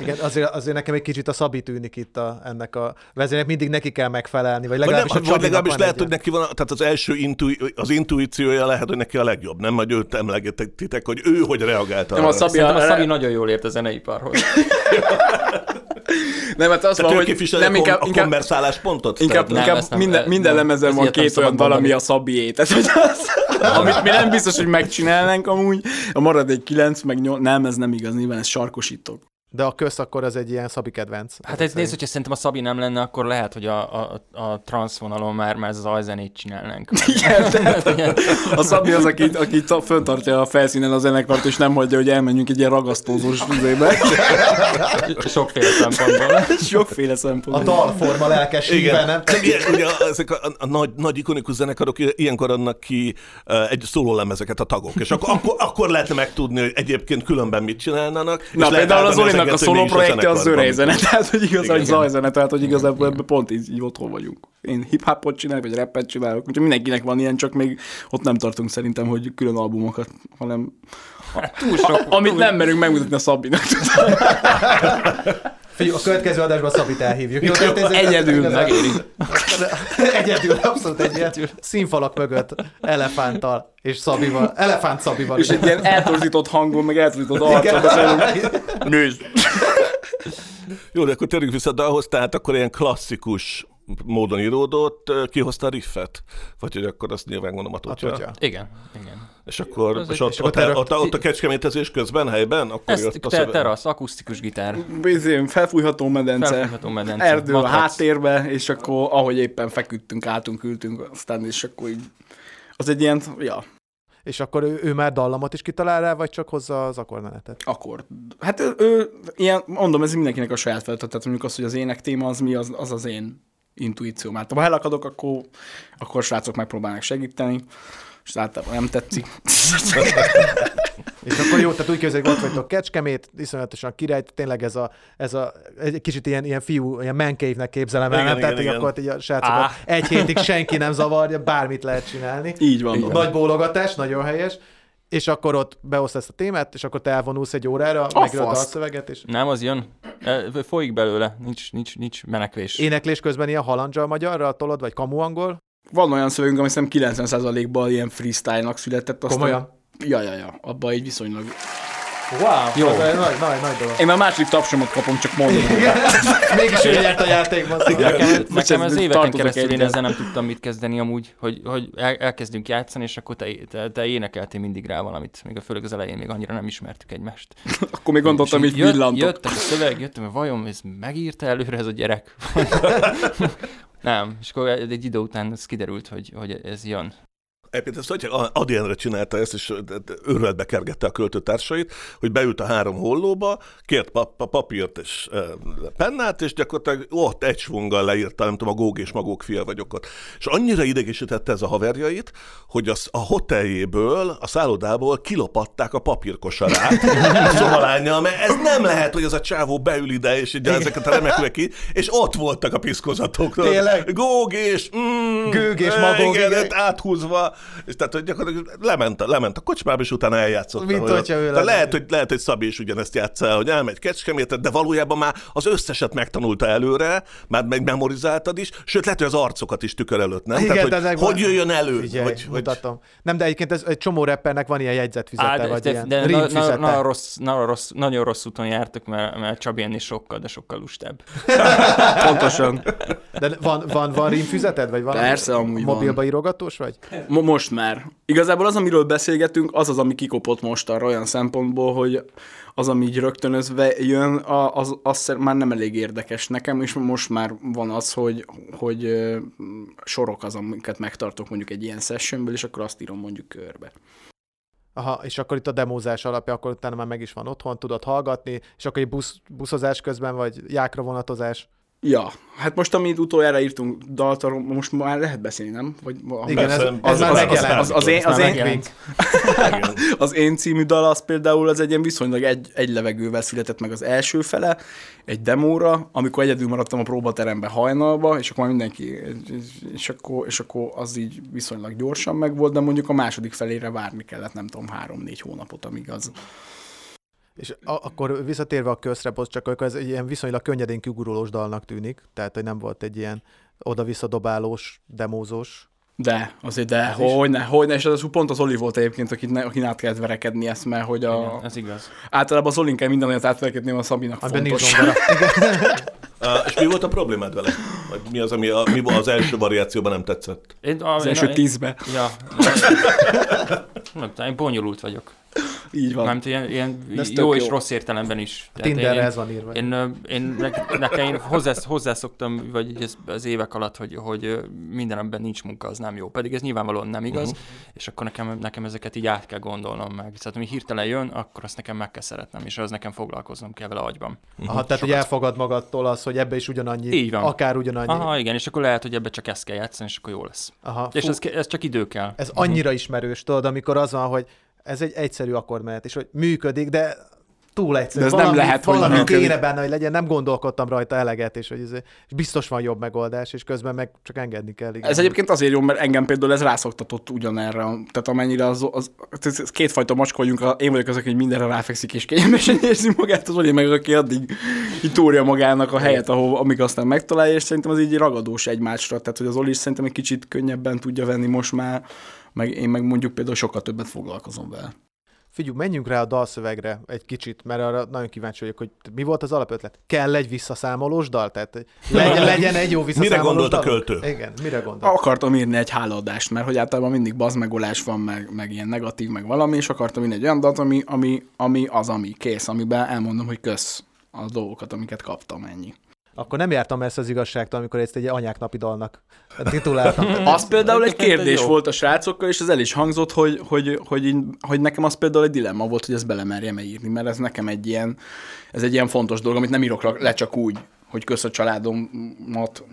Igen, azért, azért nekem egy kicsit a Szabi tűnik itt a, ennek a vezérnek, mindig neki kell megfelelni, vagy Vagy, nem, legalábbis, a vagy legalábbis Csabinak lehet, van hogy neki van, a- tehát az első intui, az intuíciója lehet, hogy neki a legjobb, nem? Majd őt emlegetetitek, hogy ő hogy reagált arra. Nem, a Szabi, Szerintem a Szabi a, nagyon jól ért a zeneiparhoz. nem, hát az Tehát van, ő hogy képviseli nem, a, inkább, a inkább, kommerszáláspontot? Inkább, Nem, nem, inkább ezt nem- nem, minden, e- minden nem, lemezen ezt van ilyet nem két szabad olyan dal, ami mondani. a Szabié. Tehát, hogy az, amit mi nem biztos, hogy megcsinálnánk amúgy. A maradék kilenc, meg nyolc, nem, ez nem igaz, nyilván ez sarkosítok. De a kösz akkor az egy ilyen Szabi kedvenc. Hát ez nézd, hogyha szerintem a Szabi nem lenne, akkor lehet, hogy a, a, a transzvonalon már, már zajzenét csinálnánk. Igen, de a Szabi az, aki, aki ta- föntartja a felszínen a zenekart, és nem hagyja, hogy elmenjünk egy ilyen ragasztózós üzébe. Sokféle szempontból. Sokféle A szempontból. dalforma lelkes híve, Igen. nem? Nem, ilyen, ugye a- ezek a, a, a nagy, nagy ikonikus zenekarok i- ilyenkor adnak ki uh, egy szólólemezeket a tagok, és akkor, akkor, akkor lehetne megtudni, hogy egyébként különben mit csinálnának. és Na, lehet például az átadni Olinak a ezeket, hogy szóló mi is projektje az zenekarban. zörejzene, tehát hogy igazán hogy Igen. zajzene, tehát hogy igazából ebben pont így, így otthon vagyunk. Én hip-hopot csinálok, vagy rappet csinálok, úgyhogy mindenkinek van ilyen, csak még ott nem tartunk szerintem, hogy külön albumokat, hanem Túl sok. amit nem merünk megmutatni a Szabinak. Figyelj, a következő adásban Szabit elhívjuk. Jó, tehát ez- Egyedül ez- ez- megéri. Egyedül, abszolút egy ilyen színfalak mögött elefánttal és Szabival. Elefánt Szabival. És egy ilyen eltorzított hangon, meg eltorzított arcon beszélünk. Nézd! Jó, de akkor térjünk vissza a dalhoz, tehát akkor ilyen klasszikus módon íródott, ö, kihozta a riffet, vagy hogy akkor azt nyilván gondolom a Tudja. tudja. Igen, igen. És akkor, és egy- ott, és akkor ott, te ott, rögt- ott, a- ott a kecskemétezés közben, helyben, akkor Ez jött a te, szöveg. terasz, akusztikus gitár. Bizony, felfújható medence. Felfújható medence. Erdő a Matrac. háttérbe, és akkor ahogy éppen feküdtünk, álltunk, ültünk, aztán és akkor így az egy ilyen, ja, És akkor ő, ő már dallamot is kitalál rá, vagy csak hozza az akkormenetet? akkor. Hát ő, ő ilyen, mondom, ez mindenkinek a saját feladat, tehát mondjuk az, hogy az ének téma az mi, az az, az én intuícióm. Hát ha elakadok, akkor, akkor a srácok megpróbálnak segíteni, és általában nem tetszik. És akkor jó, tehát úgy képzeljük, ott vagytok Kecskemét, iszonyatosan király, tényleg ez a, ez a egy kicsit ilyen, ilyen fiú, ilyen man cave-nek képzelem el, Igen, nem? Tehát, hogy igen, igen. akkor ott így a srácokat egy hétig senki nem zavarja, bármit lehet csinálni. Így van. Nagy bólogatás, nagyon helyes. És akkor ott beosztasz ezt a témát, és akkor te elvonulsz egy órára, A megírod a faszt. dalszöveget, és Nem, az jön. E, Folyik belőle, nincs, nincs, nincs menekvés. éneklés közben ilyen halandzsal magyarra tolod, vagy kamu angol? Van olyan szövegünk, ami szerintem 90%-ban ilyen freestyle-nak született. Aztán... Komolyan? Ja, ja, ja, abban így viszonylag. Wow, Jó. jó. Ez egy nagy, nagy, nagy dolog. Én már második tapsomot kapom, csak mondom. Mégis ő nyert a játékban. szóval. Nekem, Bocs, nekem ez az még éveken tartozok keresztül én egyet. ezzel nem tudtam mit kezdeni amúgy, hogy, hogy el- elkezdünk játszani, és akkor te, te, te énekeltél mindig rá valamit, még a főleg az elején még annyira nem ismertük egymást. Akkor még gondoltam, És így villantok. Jöttem a szöveg, jöttem, hogy vajon ez megírta előre ez a gyerek? nem, és akkor egy idő után ez kiderült, hogy, hogy ez jön. Egyébként ezt, hogyha Adi Endre csinálta ezt, és őrületbe kergette a költőtársait, hogy beült a három hollóba, kért pap- pa- papírt és e, pennát, és gyakorlatilag ott egy svunggal leírta, nem tudom, a Góg és Magók fia vagyok ott. És annyira idegesítette ez a haverjait, hogy az a hoteljéből, a szállodából kilopatták a papírkosarát a szomalányjal, mert ez nem lehet, hogy ez a csávó beül ide, és így ezeket a remekül ki, és ott voltak a piszkozatok. Tényleg? Góg és... Mm, Gőg és eh, Magóg, Igen, igen. igen áthúzva, és tehát hogy gyakorlatilag lement, a- lement a kocsmába, és utána eljátszott. Mint hogyha ő lenne. lehet, hogy, lehet, hogy Szabi is ugyanezt játsza, hogy elmegy kecskemétet, de valójában már az összeset megtanulta előre, már megmemorizáltad is, sőt, lehet, hogy az arcokat is tükör előtt, nem? Igen, tehát, tehát hogy, hogy jöjjön elő? Figyelj, hogy, hogy... mutatom. Nem, de egyébként ez, egy csomó rappernek van ilyen jegyzetfüzete, Á, vagy de, ilyen de na, na, rímfüzete. na, rossz, na, rossz, nagyon rossz úton jártuk, mert, mert Csabi ennél sokkal, de sokkal lustább. Pontosan. De van, van, van rímfüzeted, vagy valami? Persze, amúgy van. Mobilba írogatós vagy? Mo- most már. Igazából az, amiről beszélgetünk, az az, ami kikopott most arra olyan szempontból, hogy az, ami így rögtönözve jön, a- az, az szer- már nem elég érdekes nekem, és most már van az, hogy, hogy ö, sorok az, amiket megtartok mondjuk egy ilyen sessionből, és akkor azt írom mondjuk körbe. Aha, és akkor itt a demózás alapja, akkor utána már meg is van otthon, tudod hallgatni, és akkor egy busz, buszozás közben, vagy jákra vonatozás. Ja, hát most, amit utoljára írtunk dalt, arról most már lehet beszélni, nem? Vagy, Igen, ez, Persze, ez, az- már az- az- megjelent. az- az én- Ez már az én- megjelent. Igen. Az én című dal az például az egy ilyen viszonylag egy, egy levegővel született meg az első fele, egy demóra, amikor egyedül maradtam a próbateremben hajnalba, és akkor már mindenki, és akkor, és akkor az így viszonylag gyorsan megvolt, de mondjuk a második felére várni kellett, nem tudom, három-négy hónapot, amíg az. És a- akkor visszatérve a közrepot, csak akkor ez egy ilyen viszonylag könnyedén kigurulós dalnak tűnik, tehát hogy nem volt egy ilyen oda-vissza dobálós, demózós. De, azért de, hogyne, hogyne, és az pont az Oli volt egyébként, akit ne, akin át kellett verekedni ezt, mert hogy a, Igen, ez igaz. általában az Olin kell minden olyat átverekedni, ami a Szabinak Amiben nincs fontos. zongora. Uh, és mi volt a problémád vele? Vagy mi az, ami a, mi vo- az első variációban nem tetszett? Én, a, Az első tízbe. Ja. Nem tudom, én bonyolult vagyok. Így van. Nem tudom, ilyen, ilyen ez tök jó, és jó. rossz értelemben is. Tehát én- Tinderre én- ez van írva. Én, ö, én ne- nekem én hozzász, hozzászoktam, vagy így ez, az évek alatt, hogy, hogy ö, minden, amiben nincs munka, az nem jó. Pedig ez nyilvánvalóan nem igaz, Mhm. uh-huh. és akkor nekem, nekem ezeket így át kell gondolnom meg. Tehát ami hirtelen jön, akkor azt nekem meg kell szeretnem, és az nekem foglalkoznom kell vele agyban. Aha, tehát hogy elfogad magadtól az, hogy ebbe is ugyanannyi, Így van. akár ugyanannyi. Aha, Aha, igen, és akkor lehet, hogy ebbe csak ezt kell játszani, és akkor jó lesz. Aha. És Fú, ez, ez csak idő kell. ez annyira ismerős, tudod, amikor az van, hogy ez egy egyszerű akkordmenet, és hogy működik, de túl egyszerű. De ez nem valami, lehet, hogy valami nem kéne működik. benne, hogy legyen, nem gondolkodtam rajta eleget, és hogy ez, és biztos van jobb megoldás, és közben meg csak engedni kell. Igen. Ez egyébként azért jó, mert engem például ez rászoktatott ugyanerre. Tehát amennyire az, az, az, az kétfajta macskoljunk, a- én vagyok az, aki mindenre ráfekszik és kényelmesen érzi magát, az Oli meg az, aki addig így túrja magának a helyet, ahol, amíg aztán megtalálja, és szerintem az így ragadós egymásra. Tehát, hogy az Oli is szerintem egy kicsit könnyebben tudja venni most már, meg én meg mondjuk például sokkal többet foglalkozom vele. Figyú, menjünk rá a dalszövegre egy kicsit, mert arra nagyon kíváncsi vagyok, hogy mi volt az alapötlet. Kell egy visszaszámolós dal? Tehát legyen, legyen egy jó visszaszámolós gondolt a dalunk? költő? Igen, mire gondolt? Akartam írni egy hálaadást, mert hogy általában mindig bazmegolás van, meg, meg ilyen negatív, meg valami, és akartam írni egy olyan dalt, ami, ami, ami az, ami kész, amiben elmondom, hogy kösz a dolgokat, amiket kaptam, ennyi. Akkor nem jártam ezt az igazságtól, amikor ezt egy anyák napi dalnak tituláltam. Az például egy Egyébként egy kérdés jó. volt a srácokkal, és ez el is hangzott, hogy, hogy, hogy, így- hogy nekem az például egy dilemma volt, hogy ezt belemerjem írni, mert ez nekem egy ilyen, ez egy ilyen fontos dolog, amit nem írok le csak úgy, hogy kösz a családomat,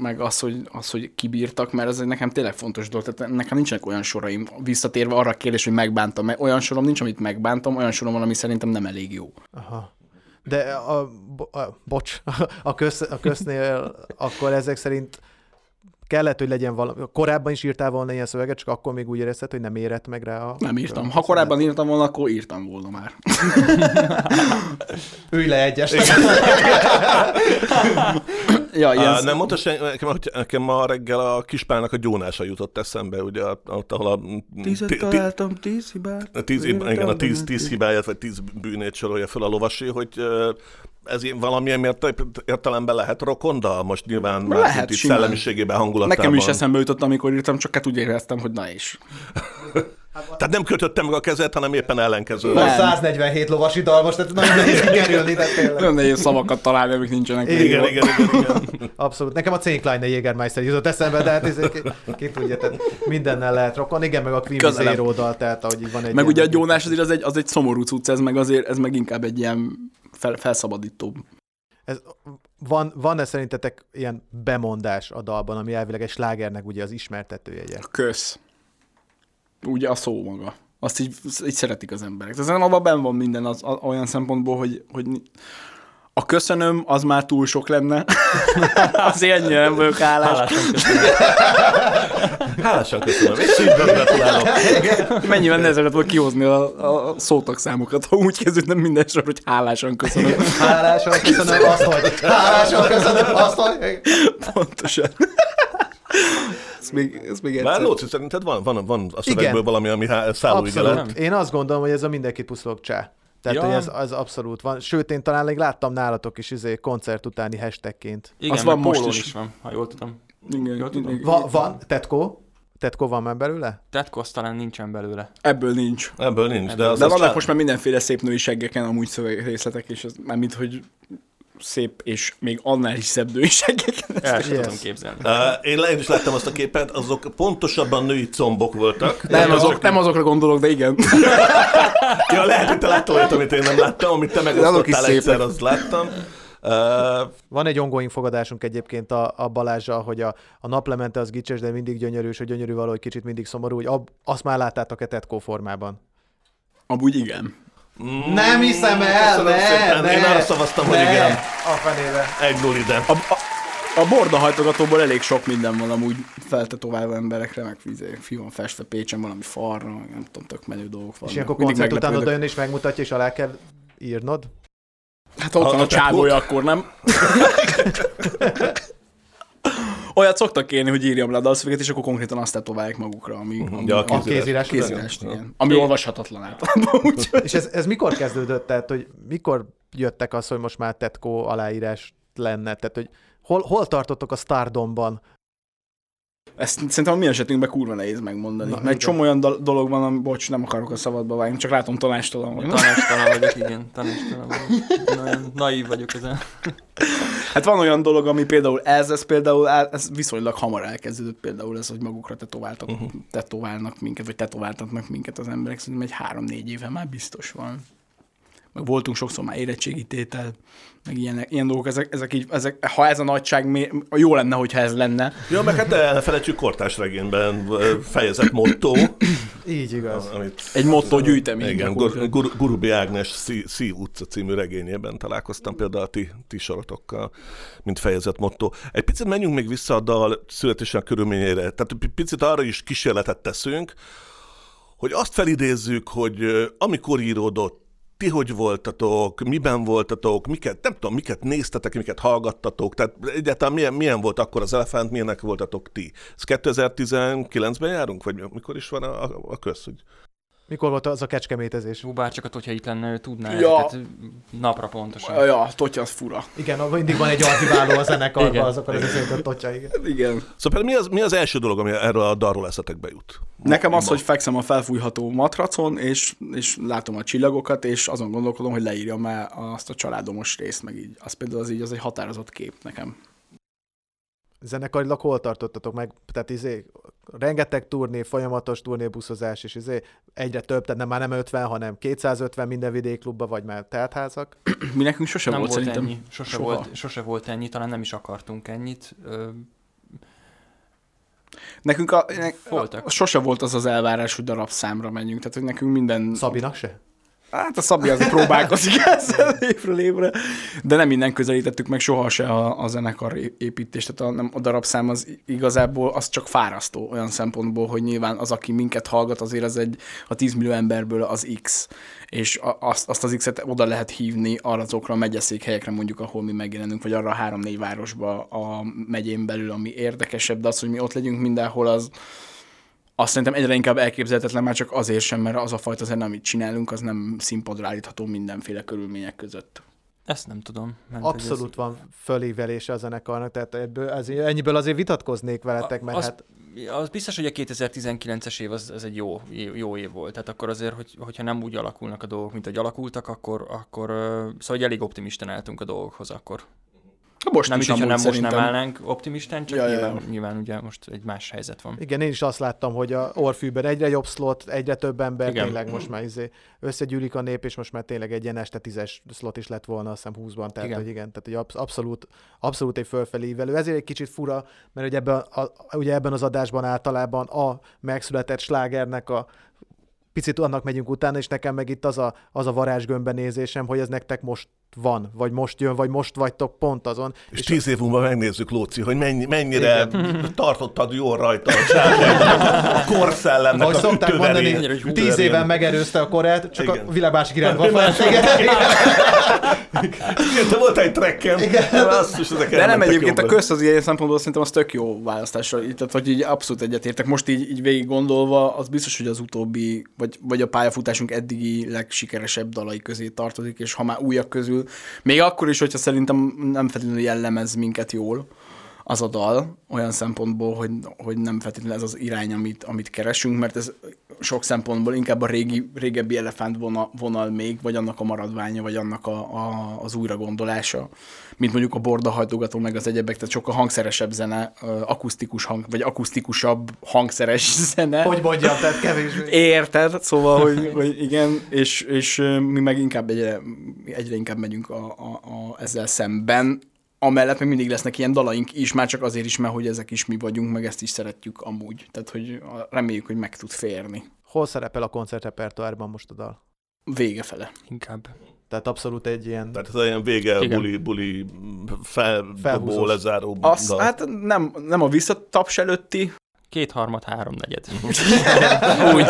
meg az, hogy, az, hogy kibírtak, mert ez egy nekem tényleg fontos dolog. Tehát nekem nincsenek olyan soraim, visszatérve arra a kérdés, hogy megbántam, mert olyan sorom nincs, amit megbántam, olyan sorom van, ami szerintem nem elég jó. Aha. De a, bo- a, bocs, a, köz, a köznél akkor ezek szerint kellett, hogy legyen valami. Korábban is írtál volna ilyen szöveget, csak akkor még úgy érezted, hogy nem érett meg rá a... Nem írtam. Ha korábban írtam volna, akkor írtam volna már. Ülj le egyes. ja, ilyen, Uh, nem mondta sen, nekem, hogy nekem ma reggel a kispálnak a gyónása jutott eszembe, ugye, ott, ahol a... ti- ti- tíz hibát. A tíz, igen, a tíz, tíz hibáját, vagy tíz bűnét sorolja fel a lovasi, hogy ö, ez ilyen valamilyen mért- értelemben lehet rokondal? Most nyilván már Lehet, itt így simán. szellemiségében, hangulatában. Nekem is eszembe jutott, amikor írtam, csak hát úgy éreztem, hogy na és. Tehát nem kötöttem meg a kezet, hanem éppen ellenkező. Nem. 147 lovasi dal most, tehát nagyon nehéz kikerülni, de tényleg. Nagyon nehéz szavakat találni, amik nincsenek. Igen, Igen, igen, igen, igen. Abszolút. Nekem a Cénklein Jägermeister jutott eszembe, de hát ez, ki, ki tudja, tehát mindennel lehet rokon. Igen, meg a Queen Közelem. Zero dal, tehát ahogy így van egy Meg ilyen- ugye a gyónás azért az egy, az egy szomorú cucc, ez meg azért, ez meg inkább egy ilyen fel, felszabadítóbb. Ez, van, van-e szerintetek ilyen bemondás a dalban, ami elvileg egy slágernek ugye az ismertetőjegye? Kösz. Ugye a szó maga. Azt így, így szeretik az emberek. Tehát szerintem abban benn van minden az, a, olyan szempontból, hogy, hogy ni- a köszönöm az már túl sok lenne. Azért ennyire nem vagyok hálás. Hálásan köszönöm, és szívből gratulálok. Mennyivel nehezebb lett volna kihozni a, a szótagszámokat, ha úgy kezdődne minden sor, hogy hálásan köszönöm. Hálásan köszönöm azt, hogy... Hálásan köszönöm azt, hogy... Pontosan. ez még, ez még Már egyszer. Lóci, szerinted van, van, van a szövegből Igen. valami, ami há- szállóige lett? Abszolút. Én azt gondolom, hogy ez a mindenki puszlog csá. Tehát, Ja. ja. hogy ez, az abszolút van. Sőt, én talán még láttam nálatok is izé, koncert utáni hashtagként. Igen, az meg van most pólón is. is van, ha jól tudom. Igen, Jól tudom. igen. Va, van? Tetko? Tetko van már belőle? Tetko az talán nincsen belőle. Ebből nincs. Ebből nincs, de az De az vannak csa- most már mindenféle szép női seggeken amúgy szövegrészletek, és ez már mint, hogy szép és még annál is szebb női seggeken. El sem Yes. tudom képzelni. Á, Én, le, én is láttam azt a képet, azok pontosabban női combok voltak. Nem, azok, nem azokra gondolok, de igen. Ja, lehet, hogy te láttam olyat, amit én nem láttam, amit te azok is megosztottál szépek. egyszer, azt láttam. Uh, Van egy ongoing fogadásunk egyébként a, a Balázsjal, hogy a, a naplemente az gicses, de mindig gyönyörű, és a gyönyörű valahogy kicsit mindig szomorú, hogy ab, azt már láttátok-e tetkó formában. Amúgy igen. Nem hiszem el, Köszönöm szépen. Én arra szavaztam, hogy igen. A fenébe. egy null ide. A, a, a bordahajtogatóból elég sok minden van amúgy feltetoválva emberekre, meg izé, fi van festve Pécsen valami farra, meg nem tudom, tök menő dolgok vannak. És ilyenkor Mindig koncert után meglepődök. oda jön és megmutatja, és alá kell írnod. Hát ha ott A- van a a csávója, akkor nem. Olyat szoktak kérni, hogy írjam le a dalszöveget, és akkor konkrétan azt tetoválják magukra, ami, ami ja, a A Kézírás. kézírás. után. kézírást, igen. Ami olvashatatlan általában, úgyhogy... És ez, ez mikor kezdődött? Tehát, hogy mikor jöttek az, hogy most már tetkó aláírás lenne? Tehát, hogy hol, hol tartottok a Stardomban? Ezt szerintem a mi esetünkben kurva nehéz megmondani. Na, mert igen. csomó olyan dal- dolog van, ami, bocs, nem akarok a szabadba vágni, csak látom tanástalan vagy. Tanástalan vagyok, igen, tanástalan vagyok. Nagyon naív vagyok ezen. Hát van olyan dolog, ami például ez, ez például á- ez viszonylag hamar elkezdődött például ez, hogy magukra tetováltak, uh-huh. tetoválnak minket, vagy tetováltatnak minket az emberek, szerintem egy három-négy éve már biztos van. Meg voltunk sokszor már érettségítétel, meg ilyen, ilyen dolgok, ezek, ezek, így, ezek, ha ez a nagyság, mé- jó lenne, hogyha ez lenne. Ja, meg hát el ne felejtsük kortás regényben ö, fejezett motto, Így igaz. amit Egy motto gyűjtemény. igen, Gur- gyakorlatilag. Gur- Gurubi Ágnes Szí- Szí utca című regényében találkoztam például a ti, ti sorotokkal, mint fejezett motto. Egy picit menjünk még vissza a dal születésen körülményeire. Tehát p- picit arra is kísérletet teszünk, hogy azt felidézzük, hogy ö, amikor íródott, ti hogy voltatok, miben voltatok, miket, nem tudom, miket néztetek, miket hallgattatok, tehát egyáltalán milyen, milyen volt akkor az elefánt, milyenek voltatok ti. Ez 2019-ben járunk, vagy mikor is van a, a, a köz, hogy Mikor volt az a kecskemétezés? Jó, bár csak ott, hogyha itt lenne, ő tudná Ja. ja. ezeket napra pontosan. Ja, totya, az fura. Igen, mindig van egy archiváló a zenekarban, Igen. azokon az összeütött totya, igen. Igen. Szóval például mi az, mi az első dolog, ami erről a dalról eszetekbe jut? Nekem az, hogy fekszem a felfújható matracon, és, és látom a csillagokat, és azon gondolkodom, hogy leírjam el azt a családomos részt, meg így. Az például az így, az egy határozott kép nekem. Zenekarilag hol tartottatok meg? Tehát izé, rengeteg turné, folyamatos turnébuszozás, és izé, egyre több, tehát nem, már nem 50, hanem 250 minden vidékklubba, vagy már teltházak. Mi nekünk sose nem volt, volt, szerintem. ennyi, sose Soha. volt, sose volt ennyi, talán nem is akartunk ennyit. Ö, Nekünk a, ne, Voltak. a, sose volt az az elvárás, hogy darabszámra menjünk, tehát hogy nekünk minden... Szabinak se? Hát a Szabi az próbálkozik ezzel évről évre, de nem innen közelítettük meg soha se a, a zenekar é- építést, tehát a, nem, a darabszám az igazából az csak fárasztó olyan szempontból, hogy nyilván az, aki minket hallgat, azért az egy, a 10 millió emberből az X, és a, azt, azt az X-et oda lehet hívni arra azokra a megyeszékhelyekre mondjuk, ahol mi megjelenünk, vagy arra a három-négy városba a megyén belül, ami érdekesebb, de az, hogy mi ott legyünk mindenhol, az, azt szerintem egyre inkább elképzelhetetlen már csak azért sem, mert az a fajta zene, amit csinálunk, az nem színpadra állítható mindenféle körülmények között. ezt nem tudom. Ment, hogy ez- Abszolút van fölévelése a zenekarnak, tehát ebből, ez, ennyiből azért vitatkoznék veletek, mert az, hát az biztos, hogy a 2019-es év az, az egy jó, jó év volt. Tehát akkor azért, hogy, hogyha nem úgy alakulnak a dolgok, mint ahogy alakultak, akkor, akkor ö, szóval hogy elég optimisten álltunk a dolgokhoz akkor. Na most nem is, is, hogyha amúgy nem most nem szerintem. állnánk optimisten, csak Ja, ja, ja, ja. nyilván, nyilván ugye most egy más helyzet van. igen, én is azt láttam, hogy a orfűben egyre jobb slot, egyre több ember igen. Igen. tényleg most már izé, összegyűlik a nép, és most már tényleg egy ilyen este tízes slot is lett volna, azt hiszem 20-ban, tehát igen. Igen. hogy igen, tehát egy absz- abszolút, abszolút egy fölfelé ívelő. Ezért egy kicsit fura, mert ugye ebben, a, ugye ebben az adásban általában a megszületett slágernek a picit annak megyünk utána, és nekem meg itt az a, az a varázsgömbben nézésem, hogy ez nektek most van, vagy most jön, vagy most vagytok pont azon. És tíz év múlva megnézzük, Lóci, hogy mennyi, mennyire tartottad jól rajta a sárkányt, a korszellemnek Ahogy a szokták ütőverén. mondani, Ütőverén. tíz éven megerőzte a korát, csak Igen. a világbásik irányba van. Igen. Igen, te voltál egy trekkem. Azt is ezek De nem elmentek egyébként a jobban. közt az ilyen szempontból szerintem az tök jó választása, így- tehát hogy így abszolút egyetértek. Most így, így végig gondolva, az biztos, hogy az utóbbi, vagy, vagy a pályafutásunk eddigi legsikeresebb dalai közé tartozik, és ha már újak közül, még akkor is, hogyha szerintem nem feltétlenül jellemez minket jól, az a dal olyan szempontból, hogy, hogy nem feltétlenül ez az irány, amit, amit keresünk, mert ez sok szempontból inkább a régi, régebbi elefánt vonal, vonal még, vagy annak a maradványa, vagy annak a, a, az újragondolása, mint mondjuk a bordahajtogató, meg az egyebek, tehát sokkal hangszeresebb zene, ö, akusztikus hang, vagy akusztikusabb hangszeres zene. Hogy mondjam, tehát kevésbé. Érted? Szóval, hogy, hogy igen, és, és ö, mi meg inkább egyre, egyre inkább megyünk a, a, a, ezzel szemben. Amellett még mindig lesznek ilyen dalaink is, már csak azért is, mert hogy ezek is mi vagyunk, meg ezt is szeretjük amúgy. Tehát, hogy a- reméljük, hogy meg tud férni. Hol szerepel a koncertrepertoárban most a dal? Vége fele. Inkább. Tehát abszolút egy ilyen... Tehát ez olyan vége Igen. buli, buli fel, Felhúzós. dobó, lezáró Azt, dal. hát nem, nem a visszataps előtti, Kétharmad, háromnegyed. úgy,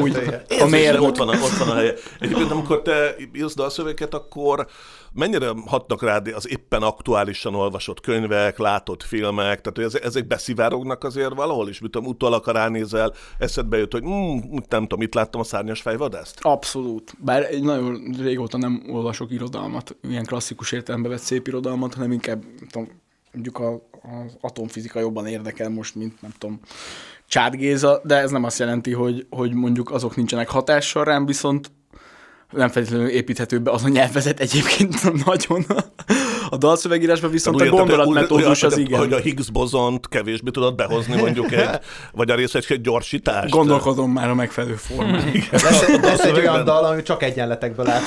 úgy. Érzésre A mérnök. ott van, a, ott van a helye. Egyébként, amikor te írsz dalszöveket, akkor mennyire hatnak rád az éppen aktuálisan olvasott könyvek, látott filmek, tehát hogy ezek, ezek beszivárognak azért valahol is, mit tudom, utólag, ha ránézel, eszedbe jut, hogy mm, nem tudom, itt láttam a szárnyas fejvadászt? Abszolút. Bár egy nagyon régóta nem olvasok irodalmat, ilyen klasszikus értelembe vett szép irodalmat, hanem inkább nem tudom, mondjuk a, az atomfizika jobban érdekel most, mint nem tudom, Csád Géza, de ez nem azt jelenti, hogy, hogy mondjuk azok nincsenek hatással rám, viszont nem feltétlenül építhető be az a nyelvezet egyébként nagyon. A dalszövegírásban viszont a Tehát úgy értem, gondolatmetódus hogy- az hogy- Hogy a igen. Higgs bozont kevésbé tudod behozni mondjuk egy, vagy a részecske gyorsítást. Gondolkodom már a megfelelő formán. Lesz, lesz egy olyan szövegben. dal, ami csak egyenletekből áll.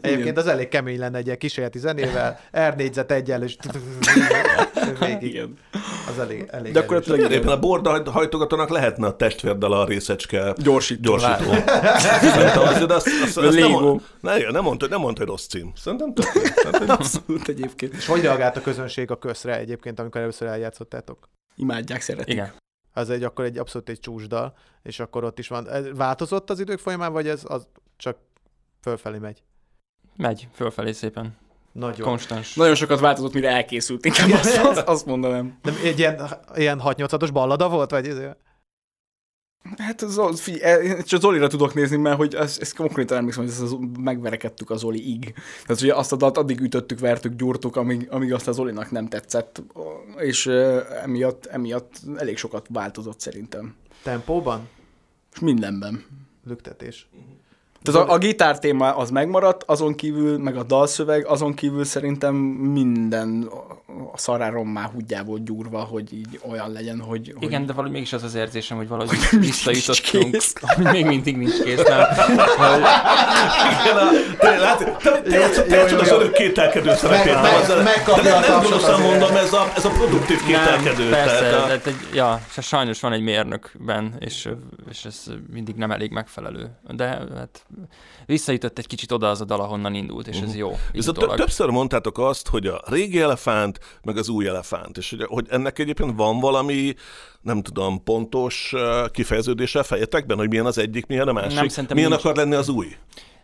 Egyébként az elég kemény lenne egy ilyen kísérleti zenével. R négyzet egyenlő, és végig. Igen. Az elég, elég De akkor erős. tényleg Éppen a bordahajtogatónak lehetne a testvérdala a részecske Gyorsító. gyorsító. Szerintem azért azt, azt, azt nem, Légó. mond, ne, nem, mondta, nem mondta, hogy rossz cím. Szerintem tök jó. Tehát, hogy- Abszolút egyébként. És hogy reagált a közönség a közre egyébként, amikor először eljátszottátok? Imádják, szeretik. Igen. Az egy, akkor egy abszolút egy csúcsdal, és akkor ott is van. Ez Változott az idők folyamán, vagy ez az csak fölfelé megy? Megy fölfelé szépen. Nagyon. Konstans. Nagyon sokat változott, mire elkészült, inkább azt, azt, azt mondanám. De egy ilyen, ilyen 6-8-os ballada volt, vagy ez? Hát Zoli, figyelj, én csak Zolira tudok nézni, mert hogy ezt, ezt konkrétan emlékszem, hogy ezt az- megverekedtük a Zoli-ig. Tehát ugye azt a dalt addig ütöttük, vertük, gyúrtuk, amíg, amíg azt a Zolinak nem tetszett, és ö, emiatt, emiatt elég sokat változott szerintem. Tempóban? És mindenben. Lüktetés. Tehát a, a gitár téma az megmaradt, azon kívül, meg a dalszöveg, azon kívül szerintem minden a szarárom már hudjából gyúrva, hogy így olyan legyen, hogy... hogy- Igen, de valahogy mégis az az érzésem, hogy valahogy nincs visszajutottunk. kész. Hogy még mindig nincs kész. Nem. Igen, a- te- látod, hát, te- te játszod- Te jó, játszod az jó. örök kételkedő szerepét. meg- azzal- megkapja de nem- a Nem tapsot gonoszan azért. mondom, ez a, ez a produktív kételkedő. persze, tehát a- de, de, ja, se sajnos van egy mérnökben, és, és ez mindig nem elég megfelelő. De hát visszajutott egy kicsit oda az a dal, ahonnan indult, és Mhm. ez jó. így Viszont tö- utólag. többször mondtátok azt, hogy a régi elefánt, meg az új elefánt, és hogy, hogy ennek egyébként van valami, nem tudom, pontos ö, kifejeződése a fejetekben, hogy milyen az egyik, milyen a másik, Nem, szerintem milyen nincs. akar lenni az új?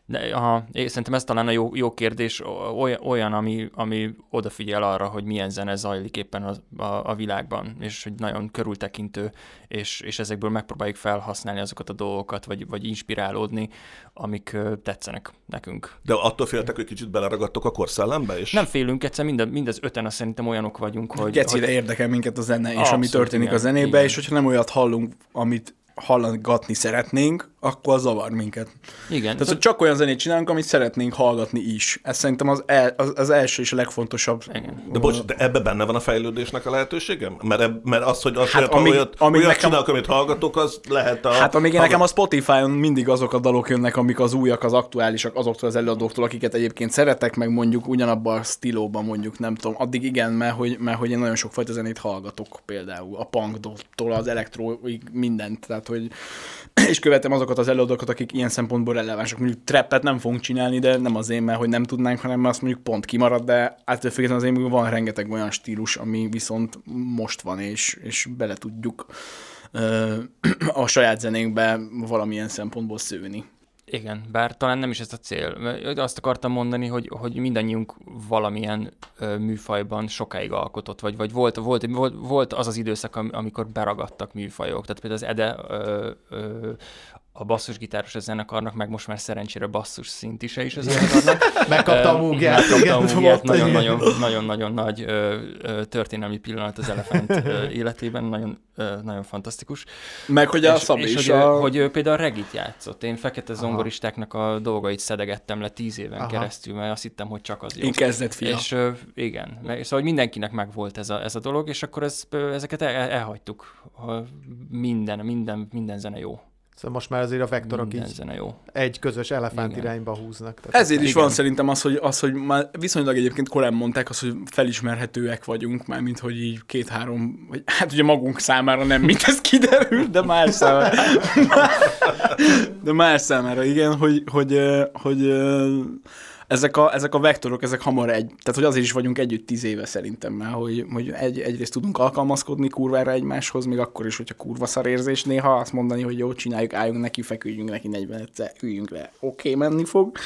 De, aha, én szerintem ez talán a jó, jó kérdés, o- olyan, olyan ami, ami odafigyel arra, hogy milyen zene zajlik éppen a, a, a világban, és hogy nagyon körültekintő, és, és ezekből megpróbáljuk felhasználni azokat a dolgokat, vagy, vagy inspirálódni, amik ö, tetszenek nekünk. De attól féltek, hogy kicsit beleragadtok a korszellembe, és Nem félünk, egyszer mind, mind az öten azt szerintem olyanok vagyunk, hogy... Gecire hogy érdekel minket a zene, és ami Abszolút, történik igen, a zenébe, igen. és hogyha nem olyat hallunk, amit hallgatni szeretnénk, akkor az zavar minket. igen, Tehát, hogy csak olyan zenét csinálunk, amit szeretnénk hallgatni is. Ez szerintem az, el, az, az első és a legfontosabb. Igen. de bocs, de ebbe benne van a fejlődésnek a lehetősége? Mert, eb- mert az, hogy az, hát, olyat, amíg- amíg, olyat, amíg amíg olyat nekem- csinálok, amit hallgatok, az lehet a... Hát amíg a- nekem a Spotify-on mindig azok a dalok jönnek, amik az újak, az aktuálisak, azoktól az előadóktól, akiket egyébként szeretek, meg mondjuk ugyanabban a stílóban mondjuk, nem tudom, addig igen, mert hogy, mert hogy én nagyon sokfajta zenét hallgatok például, a punktól az elektróig mindent, tehát hogy és követem azokat az előadókat, akik ilyen szempontból relevánsak. Mondjuk trappet nem fogunk csinálni, de nem azért, mert hogy nem tudnánk, hanem azt mondjuk pont kimarad, de által függetlenül azért még van rengeteg olyan stílus, ami viszont most van, és, és bele tudjuk ö, a saját zenénkbe valamilyen szempontból szőni. Igen, bár talán nem is ez a cél. Mert Azt akartam mondani, hogy, hogy mindannyiunk valamilyen ö, műfajban sokáig alkotott, vagy, vagy volt, volt, volt, volt az az időszak, am- amikor beragadtak műfajok. Tehát például az Ede ö, ö, a basszusgitáros a zenekarnak, meg most már szerencsére basszus szint is, is a zenekarnak. Megkapta a Ö, múgiát. Megkapta a Igen, múgiát, volt, igen. nagyon-nagyon nagyon-nagyon nagy ö, ö, történelmi pillanat az elefánt ö, életében, nagyon, ö, nagyon fantasztikus. Meg hogy a És- Szabi és is hogy, a... ő, hogy ő például regit játszott. Én fekete zongoristáknak a dolgait szedegettem le tíz éven Aha. Aha. keresztül, mert azt hittem, hogy csak az jó. Én kezdett fia. És ö, igen, meg, szóval hogy mindenkinek megvolt ez a, ez a dolog, és akkor ez, ö, ezeket el, elhagytuk. Ha Minden, minden, minden zene jó. Szóval most már azért a vektorok Minden így zene jó. egy közös elefánt Igen. irányba húznak. Tehát Ezért is Igen. van szerintem az hogy, az, hogy már viszonylag egyébként korán mondták azt, hogy felismerhetőek vagyunk, már mint hogy így két-három, vagy hát ugye magunk számára nem, mint ez kiderül, de más számára. De más számára, igen, hogy, hogy, ö, hogy ö, ezek a, ezek a vektorok, ezek hamar egy, tehát hogy azért is vagyunk együtt tíz éve szerintem már, hogy, hogy egy, egyrészt tudunk alkalmazkodni kurvára egymáshoz, még akkor is, hogyha kurva szarérzés néha azt mondani, hogy jó, csináljuk, álljunk neki, feküdjünk neki 40 egyszer, üljünk le, oké, okay, menni fog,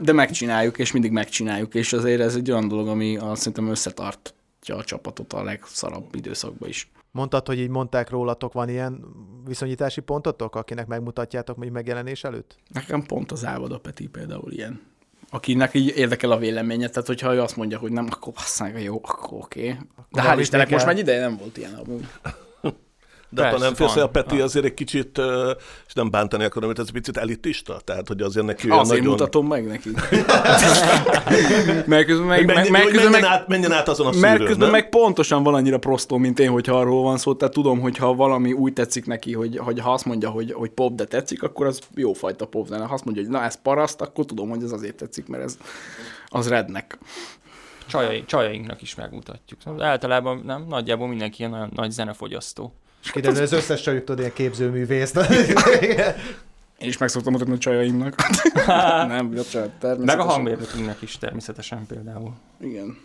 de megcsináljuk, és mindig megcsináljuk, és azért ez egy olyan dolog, ami azt szerintem összetartja a csapatot a legszarabb időszakban is. Mondtad, hogy így mondták rólatok, van ilyen viszonyítási pontotok, akinek megmutatjátok mondjuk megjelenés előtt? Nekem pont az Ávada Peti például ilyen. Akinek így érdekel a véleménye, tehát hogyha ő azt mondja, hogy nem, akkor basszánk, jó, akkor oké. De hál' valamit Istennek kell. most már egy ideje nem volt ilyen amúgy. De attól Persze, nem félsz, hogy a van, Peti van. azért egy kicsit, ö, és nem bántani akarom, mert ez picit elitista, tehát hogy azért neki olyan Azért nagyon... mutatom meg neki. mert közben meg, meg, Hogy menjen, meg, hogy közben menjen, meg, át, menjen át azon a szűrőn, mert közben nem? meg pontosan van annyira prostó, mint én, hogyha arról van szó, tehát tudom, hogy ha valami úgy tetszik neki, hogy, hogy ha azt mondja, hogy, hogy pop, de tetszik, akkor az jófajta pop zene. Ha azt mondja, hogy na ez paraszt, akkor tudom, hogy ez azért tetszik, mert ez az rednek. Csajai, csajainknak is megmutatjuk. Szóval általában nem, nagyjából mindenki ilyen olyan nagy zenefogyasztó. És kiderül, az összes csajuk tud ilyen képzőművészt. Én is meg szoktam mutatni a csajaimnak. nem, a csaj, természetesen. Meg a hangmérnökünknek is természetesen például. Igen.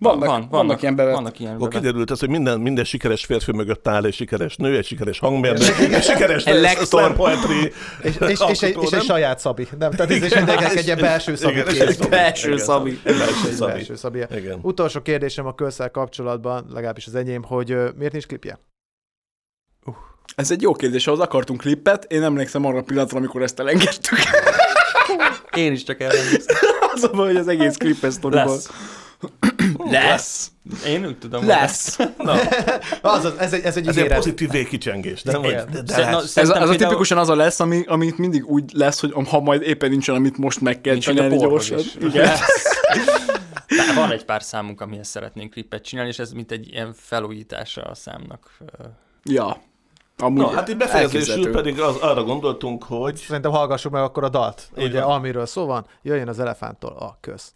Van, Vannak, van, vannak, vannak ilyen bevett. Vannak. Vannak ilyen Akkor bevett. kiderült ez, hogy minden, minden sikeres férfi mögött áll egy sikeres nő, egy sikeres hangmérnök, egy sikeres nő, slam poetry, és, és, és, egy, és nem? egy saját szabi. Nem, tehát ez is mindenkinek egy ilyen belső szabi. Igen, és kép. egy Szabi. Belső Igen, Szabi. Belső Szabi. Belső szabi. Igen. Utolsó kérdésem a közel kapcsolatban, legalábbis az enyém, hogy ö, miért nincs klipje? Ez egy jó kérdés, ahhoz akartunk klippet, én emlékszem arra a pillanatra, amikor ezt elengedtük. Én is csak ellenőrztem. az a baj, hogy az egész klippes sztoriban. Lesz. Lesz. Én úgy tudom, hogy Lesz. Azaz, ez egy, ez egy Ez egy ígéret. pozitív végkicsengés, nem? Vagy, de, hát- de Szer- na, lesz. Ez, hát- szerintem ez a például- tipikusan az a lesz, ami, amit mindig úgy lesz, hogy ha majd éppen nincsen, amit most meg kell Mint hogy a csinálni porhoz gyorsan. is. Igen. Tehát van egy pár számunk, amihez szeretnénk klipet csinálni, és ez mint egy ilyen felújítása a számnak. Ö, Ja. Amúgy Na, hát így befejezésül elképzelhető. pedig az, arra gondoltunk, hogy Szerintem hallgassuk meg akkor a dalt, Így ugye, van. amiről szó van. Jöjjön az elefánttól a köz.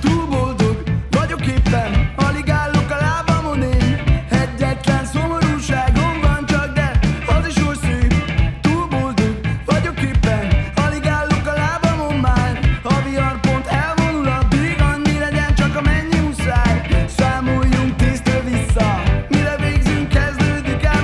Túl boldog vagyok éppen, alig állok a lábamon én. Egyetlen szomorúságom van csak, de az is oly szép. Túl boldog vagyok éppen, alig állok a lábamon már. A vihar pont elvonul, addig annyi legyen csak amennyi muszáj. Számoljunk tíztől vissza, mire végzünk, kezdődik el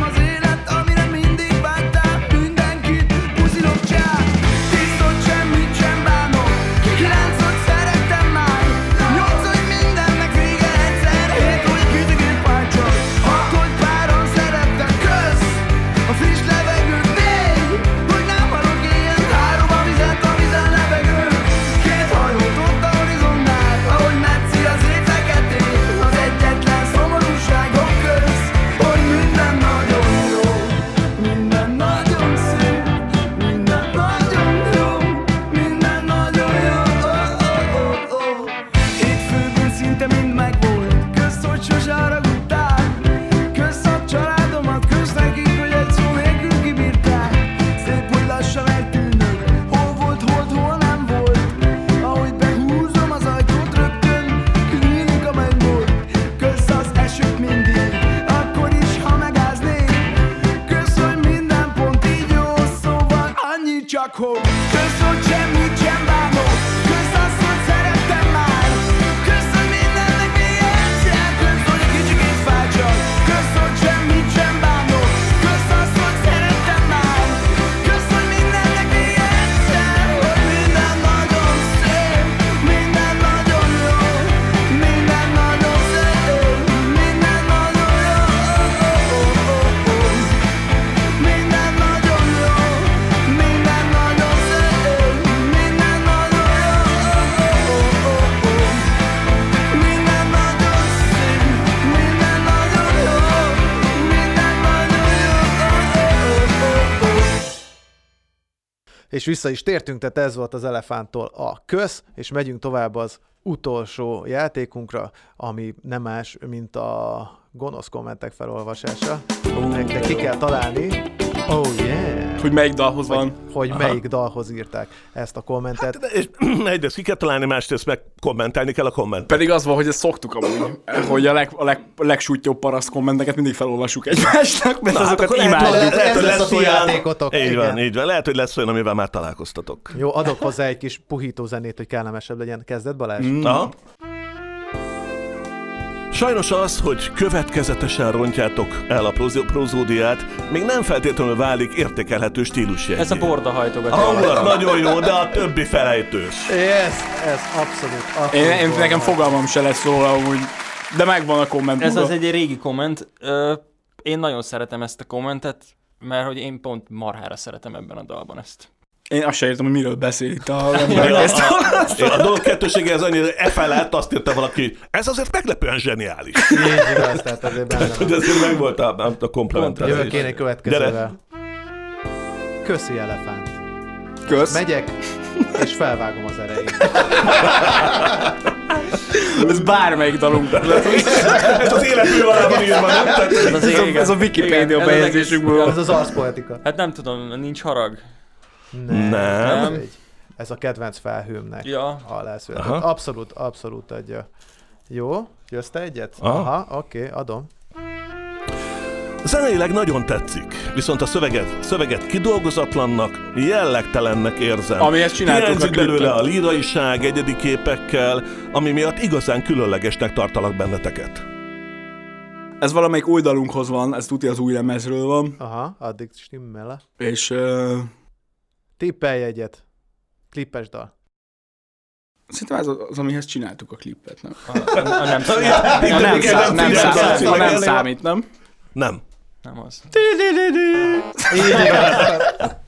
és vissza is tértünk, tehát ez volt az elefántól a kösz, és megyünk tovább az utolsó játékunkra, ami nem más, mint a gonosz kommentek felolvasása. Nektek ki kell találni. Oh yeah! Hogy melyik dalhoz van. Hogy melyik dalhoz írták ezt a kommentet. De- És egyrészt ki kell találni, másrészt meg kommentálni kell a komment. Pedig az van, hogy ezt szoktuk amúgy, hogy a, leg, a leg, legsújtjobb paraszt kommenteket mindig felolvassuk egymásnak, mert Hát azokat hát akkor lehet, imádjuk. hogy- lehet, Ez hogy lesz a lesz ti olyan... játékotok. Így Igen. van, így van. Lehet, hogy lesz olyan, amivel már találkoztatok. Jó, adok hozzá egy kis puhító zenét, hogy kellemesebb legyen. Kezded Balázs? Na? Sajnos az, hogy következetesen rontjátok el a prózó- prózódiát, még nem feltétlenül válik értékelhető stílusjegyé. Ez a borda A hajtogató. hangulat nagyon jó, de a többi felejtős. Yes, ez abszolút. abszolút Én, én, jól nekem van. fogalmam se lesz róla, amúgy. De megvan a komment. Ez az egy régi komment. Ö, Én nagyon szeretem ezt a kommentet, mert hogy én pont marhára szeretem ebben a dalban ezt. Én azt se értem, hogy miről beszél itt a Én a, ember. Ezt- a, én a dolog kettősége ez annyira e felett, azt írta valaki, hogy ez azért meglepően zseniális. Így igaz, tehát azért benne van. Hogy azért megvolt a, a komplementálás. Jövök én egy Gyere. következővel. Köszi elefánt. Kösz. Megyek, és felvágom az erejét. Ez bármelyik dalunk. Ez az életmű alá van írva, nem? Tehát, hogy- az Ez a, igen, ez a Wikipédia igen, ez az egész- bejegyzésükből. Ez az arszpoetika. Hát nem tudom, nincs harag. Nem. Nem. Ez egy- Ez a kedvenc felhőmnek. Ja. Alászületett. Aha. Abszolút, abszolút adja. Jó? Jössz te egyet? Aha. Aha oké, adom. Zeneileg nagyon tetszik, viszont a szöveget, szöveget kidolgozatlannak, jellegtelennek érzem. Amihez csináltuk Hiányzik a klipet. belőle a líraiság egyedi képekkel, ami miatt igazán különlegesnek tartalak benneteket. Ez valamelyik új dalunkhoz van, ez tudja az új lemezről van. Aha, addig stimmel. És uh, Tippelj egyet. Klippes dal. szerintem ez az, az, amihez csináltuk a klipet, nem? A, a, a nem, szám- A Igen, nem, igen, szám, nem, figyelj, szám, Laci, a nem megjelenik. számít, nem? Nem. nem az. Így igaz.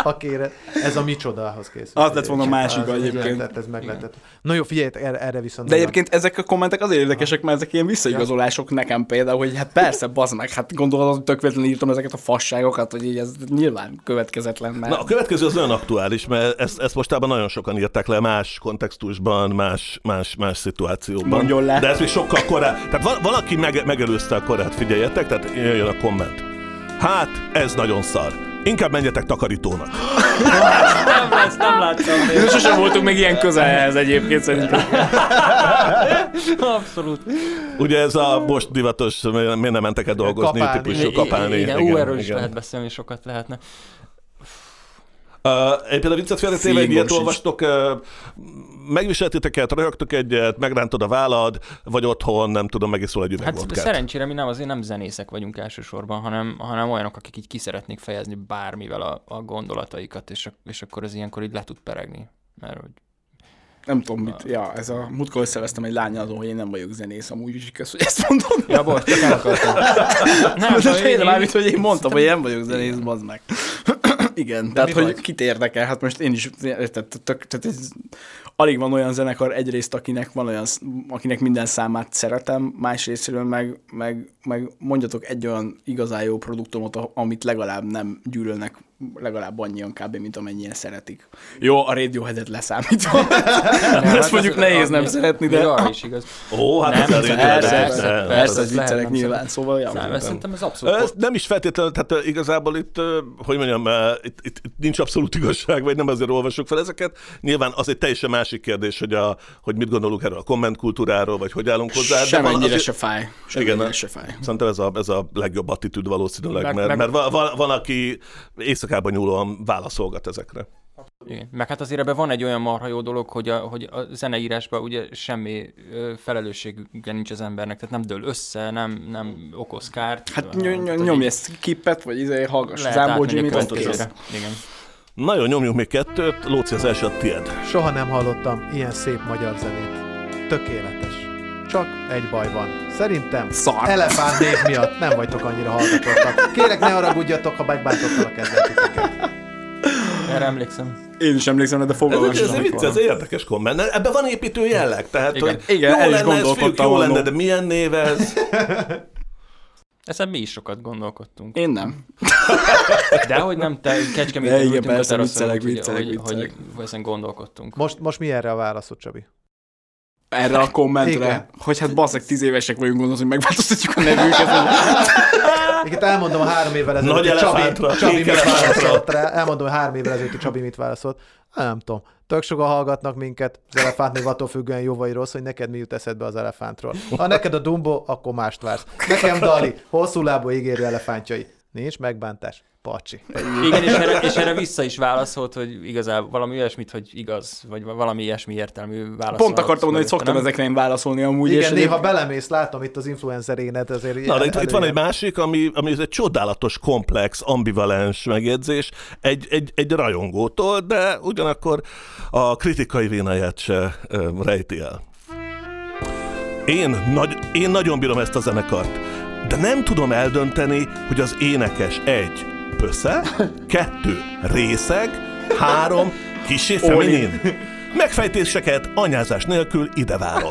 Ha kéred. Ez a micsodához készült. Az lett volna a másik Az- egyébként. Tehát ez meg lehetett. Na jó, figyelj, erre, erre viszont. De nem. egyébként ezek a kommentek azért érdekesek, mert ezek ilyen visszaigazolások nekem például, hogy hát persze, bazd meg, hát gondolod, hogy tök véletlenül írtam ezeket a fasságokat, hogy így ez nyilván következetlen, mert... Na, a következő az olyan aktuális, mert ezt, ezt mostában nagyon sokan írták le más kontextusban, más, más, más szituációban. Mondjon le. De ez még sokkal korán. Tehát va- valaki meg, megelőzte a korát, figyeljetek, tehát jöjjön a komment. Hát, ez nagyon szar. Inkább menjetek takarítónak. Nem lesz, nem láttam. De sosem voltunk még ilyen közel ehhez egyébként szerintem. Abszolút. Ugye ez a most divatos, miért nem mentek el dolgozni, Kapálni. típusú kapálni. Igen, igen, ú, erről is lehet beszélni, sokat lehetne. Uh, én például viccet félretéve egy Szívós ilyet is. olvastok, uh, megviseltéteket, röhögtök egyet, megrántod a vállad, vagy otthon, nem tudom, megiszol egy üveg Hát vodkát. szerencsére mi nem azért nem zenészek vagyunk elsősorban, hanem, hanem olyanok, akik így kiszeretnék fejezni bármivel a, a gondolataikat, és, a, és akkor az ilyenkor így le tud peregni. Mert hogy Nem tudom mit. Ja, ez a múltkor összevesztem egy lányal azon, hogy én nem vagyok zenész, amúgy is kösz, hogy ezt mondom. Ja, bocs, csak el akartam. Nem, Nem, de tudom, félre én- már, mint hogy én mondtam, hogy én nem vagyok zenész, bazd meg. Igen, tehát hogy vagy? kit érdekel, hát most én is, tehát, tehát, tehát ez, alig van olyan zenekar egyrészt, akinek van olyan, sz- akinek minden számát szeretem, másrésztről meg, meg, meg mondjatok egy olyan igazán jó produktumot, a- amit legalább nem gyűlölnek legalább annyian kb. mint amennyien szeretik. Jó, a Radioheadet leszámítva. Nem, hát Ezt mondjuk az- nehéz nem az- szeretni, még de... arra is igaz. Ó, hát Nem, ez elég- persze, nem, persze, nem. Persze, az hogy lehet, viccelek nem nyilván, szóval... Ja, Nem, ez szerintem ez Ö, abszolút... ezt nem is feltétlenül, tehát ö, igazából itt, ö, hogy mondjam, ö, itt, itt, itt nincs abszolút igazság, vagy nem azért olvasok fel ezeket. Nyilván az egy teljesen másik kérdés, hogy, a, hogy mit gondolunk erről a kommentkultúráról, vagy hogy állunk hozzá. de van Semennyire azért- se fáj. nem? Semennyire se fáj. Szerintem ez a, ez a legjobb attitűd valószínűleg, Meg- mert, meg- mert van, van, van, aki éjszakában nyúlóan válaszolgat ezekre. Igen. Meg hát azért ebben van egy olyan marha jó dolog, hogy a, hogy a zeneírásban ugye semmi ö, felelőssége nincs az embernek, tehát nem dől össze, nem, nem okoz kárt. Hát Ö, ny- tehát ny- így nyomj ezt kippet, vagy izé, hallgass lehet az Ámbó átmenni a Jimmy-t, ott kész. következőre. Igen. Nagyon nyomjuk még kettőt, Lóci az első a tied. Soha nem hallottam ilyen szép magyar zenét. Tökéletes. Csak egy baj van. Szerintem Szar. elefánt név miatt nem vagytok annyira hallgatottak. Kérek, ne haragudjatok, ha megbántottalak ezzel titeket. Erre emlékszem. Én is emlékszem, de Ez, fogalmam ez, sem. ez, vicc, ez egy érdekes komment. Ebben van építő jelleg, tehát Igen. hogy Igen, jó el is lenne ez, fiúk, gondolkodtam jó lenne, annó. de milyen név ez? Ezen mi is sokat gondolkodtunk. Én nem. De hogy nem, te De kecskeméten igen, ültünk a persze, teraszon, viccelek, úgyhogy- viccelek, hogy, hogy, viccelek. hogy ezen gondolkodtunk. Most, most mi erre a válaszod, Csabi? Erre a kommentre, Igen. hogy hát bazzeg tíz évesek vagyunk, gondolom, hogy megváltoztatjuk a nevünket. Egyébként elmondom a három évvel ezelőtt, Nagy hogy elefántra, Csabi, Csabi mit kék elefántra. válaszolt rá. Elmondom, hogy három évvel ezelőtt, hogy Csabi mit válaszolt. Hát nem tudom. Tök sokan hallgatnak minket, az elefánt még attól függően jó vagy rossz, hogy neked mi jut eszedbe az elefántról. Ha neked a Dumbo, akkor mást vársz. Nekem Dali, hosszú lábú ígérő elefántjai. Nincs megbántás. Pacsi. Igen, és erre, és erre vissza is válaszolt, hogy igazából valami olyasmit, hogy igaz, vagy valami ilyesmi értelmű válasz. Pont van, akartam mondani, hogy született, szoktam nem? ezekre én válaszolni amúgy. Igen, és néha belemész, látom itt az influencerénet, azért Na, de el- itt, itt van előjön. egy másik, ami, ami ez egy csodálatos, komplex, ambivalens megjegyzés egy, egy, egy rajongótól, de ugyanakkor a kritikai vénáját se ö, rejti el. Én, nagy, én nagyon bírom ezt a zenekart, de nem tudom eldönteni, hogy az énekes egy pösze, kettő részeg, három kisé feminin. Megfejtéseket anyázás nélkül ide várom.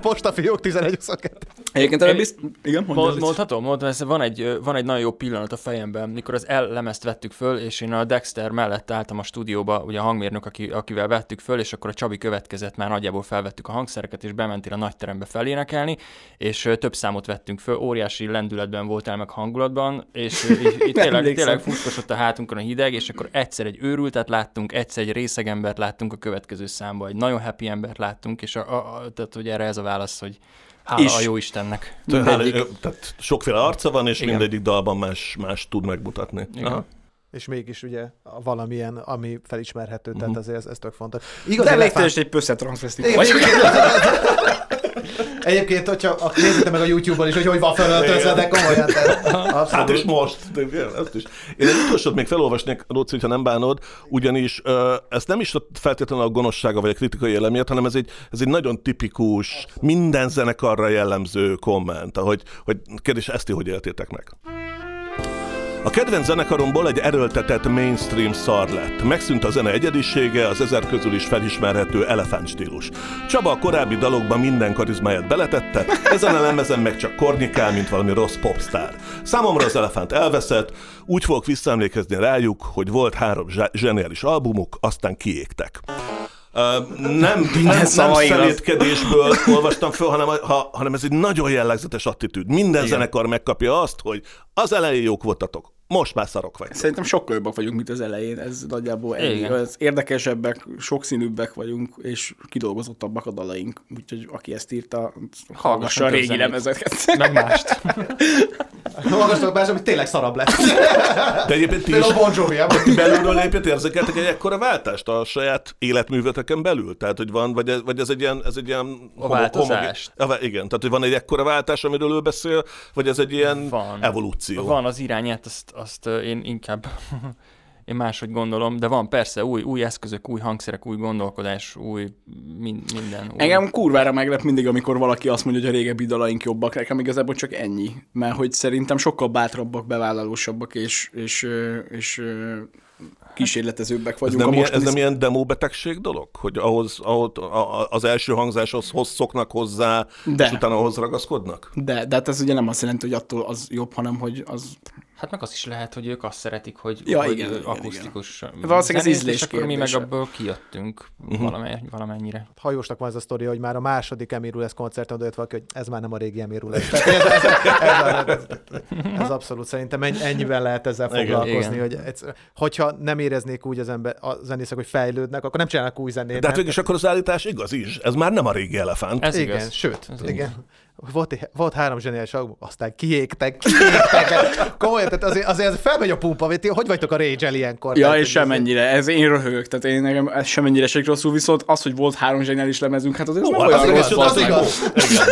Postafiók 1122. Egyébként erre bizt... Igen, Mond- mondjad. Mondhatom, mondhatom, ez van egy, ö, van egy nagyon jó pillanat a fejemben, mikor az L lemezt vettük föl, és én a Dexter mellett álltam a stúdióba, ugye a hangmérnök, aki, akivel vettük föl, és akkor a Csabi következett, már nagyjából felvettük a hangszereket, és bementél a nagy terembe felénekelni, és ö, több számot vettünk föl, óriási lendületben voltál meg hangulatban, és, ö, és, és tényleg, Emlékszem. tényleg futkosott a hátunkon a hideg, és akkor egyszer egy őrültet láttunk, egyszer egy részeg embert láttunk a következő számba, egy nagyon happy embert láttunk, és a, a, a, tehát, hogy erre ez a válasz, hogy hála És- a jó Istennek. Mindegyik. Tehát sokféle arca van, és Igen. Igen. mindegyik dalban más, más tud megmutatni. Igen. Aha. És mégis ugye valamilyen, ami felismerhető, Mhm. tehát azért ez, ez tök fontos. Igaz De elefánt- elég egy pössze transvestit Igen, vagy. egyébként, egyébként, hogyha a- nézzétek meg a YouTube-on is, hogy hogy van felöltözve, de komolyan. tehát Hát és Abszolút. most. De igen, ezt is. Én egy utolsót még felolvasnék, Róci, ha nem bánod, ugyanis ö, ez nem is feltétlenül a gonoszsága vagy a kritikai élem miatt, hanem ez egy, ez egy nagyon tipikus, minden zenekarra jellemző komment, hogy, hogy kérdés, ezt ti hogy éltétek meg? A kedvenc zenekaromból egy erőltetett mainstream szar lett. Megszűnt a zene egyedisége, az ezer közül is felismerhető elefánt stílus. Csaba a korábbi dalokban minden karizmáját beletette, ezen a lemezen meg csak kornikál, mint valami rossz popstar. Számomra az elefánt elveszett, úgy fogok visszaemlékezni rájuk, hogy volt három zse- zseniális albumuk, aztán kiégtek. Ö, nem, nem, nem szava igaz. szelítkedésből olvastam föl, hanem, ha, hanem ez egy nagyon jellegzetes attitűd. Minden Igen. zenekar megkapja azt, hogy az elején jók voltatok, most már szarok vagy. Szerintem sokkal jobbak vagyunk, mint az elején. Ez nagyjából elég. Igen. Az érdekesebbek, sokszínűbbek vagyunk, és kidolgozottabbak a dalaink. Úgyhogy aki ezt írta, hallgassa a több régi zenét. lemezeket. Meg mást. Hallgassatok más, ami tényleg szarabb lett. De egyébként ti is Például a Bon Jovi, ti belülről egyébként érzékeltek egy ekkora váltást a saját életműveteken belül? Tehát, hogy van, vagy ez, vagy ez egy ilyen... Ez egy ilyen homo- változást? homogén- Ja, igen, tehát, hogy van egy ekkora váltás, amiről ő beszél, vagy ez egy ilyen Van. evolúció? Van az irányát, azt, azt ö, én inkább én máshogy gondolom, de van persze új, új eszközök, új hangszerek, új gondolkodás, új min- minden. Új. Engem kurvára meglep mindig, amikor valaki azt mondja, hogy a régebbi dalaink jobbak. Nekem igazából csak ennyi. Mert hogy szerintem sokkal bátrabbak, bevállalósabbak, és, és, ö, és ö, kísérletezőbbek Ez vagyunk. nem, a ilyen, ez mostani nem ilyen demóbetegség dolog? Hogy ahhoz, ahhoz a, a- az első hangzáshoz hoz szoknak hozzá, De. De. és utána ahhoz ragaszkodnak? De, de hát ez ugye nem azt jelenti, hogy attól az jobb, hanem hogy az... Hát meg az is lehet, hogy ők azt szeretik, hogy, Ja, hogy igen, ö, igen, Hát akusztikus Valószínűleg ez zenét, ízlés és akkor mi meg kérdése. abból kijöttünk valamely, valamennyire. Hajósnak van ez a sztori, hogy már a második emirulesz koncerten odajött valaki, hogy ez már nem a régi emirulesz. Ez, ez, ez, ez, ez, ez abszolút szerintem ennyi- ennyivel lehet ezzel Igen. foglalkozni, Igen. hogy egyszer- hogyha nem éreznék úgy az ember, a zenészek, hogy fejlődnek, akkor nem csinálnak új zenét. De hát nem? végülis akkor az állítás igaz is. Ez már nem a régi elefánt. Ez igen, igaz. sőt, Ez igen. Volt, volt három zseniális album, aztán kiégtek, kiégtek. Komolyan, tehát azért, azért felmegy a pumpa, hogy ti hogy vagytok a rage ilyenkor? Ja, Tehát, és hogy ez- semennyire, ez én röhögök, tehát én nekem ez semennyire se rosszul, viszont az, hogy volt három zseniális lemezünk, hát az nem Ó, olyan hát rossz, az, bazd az, meg. igaz. Igen.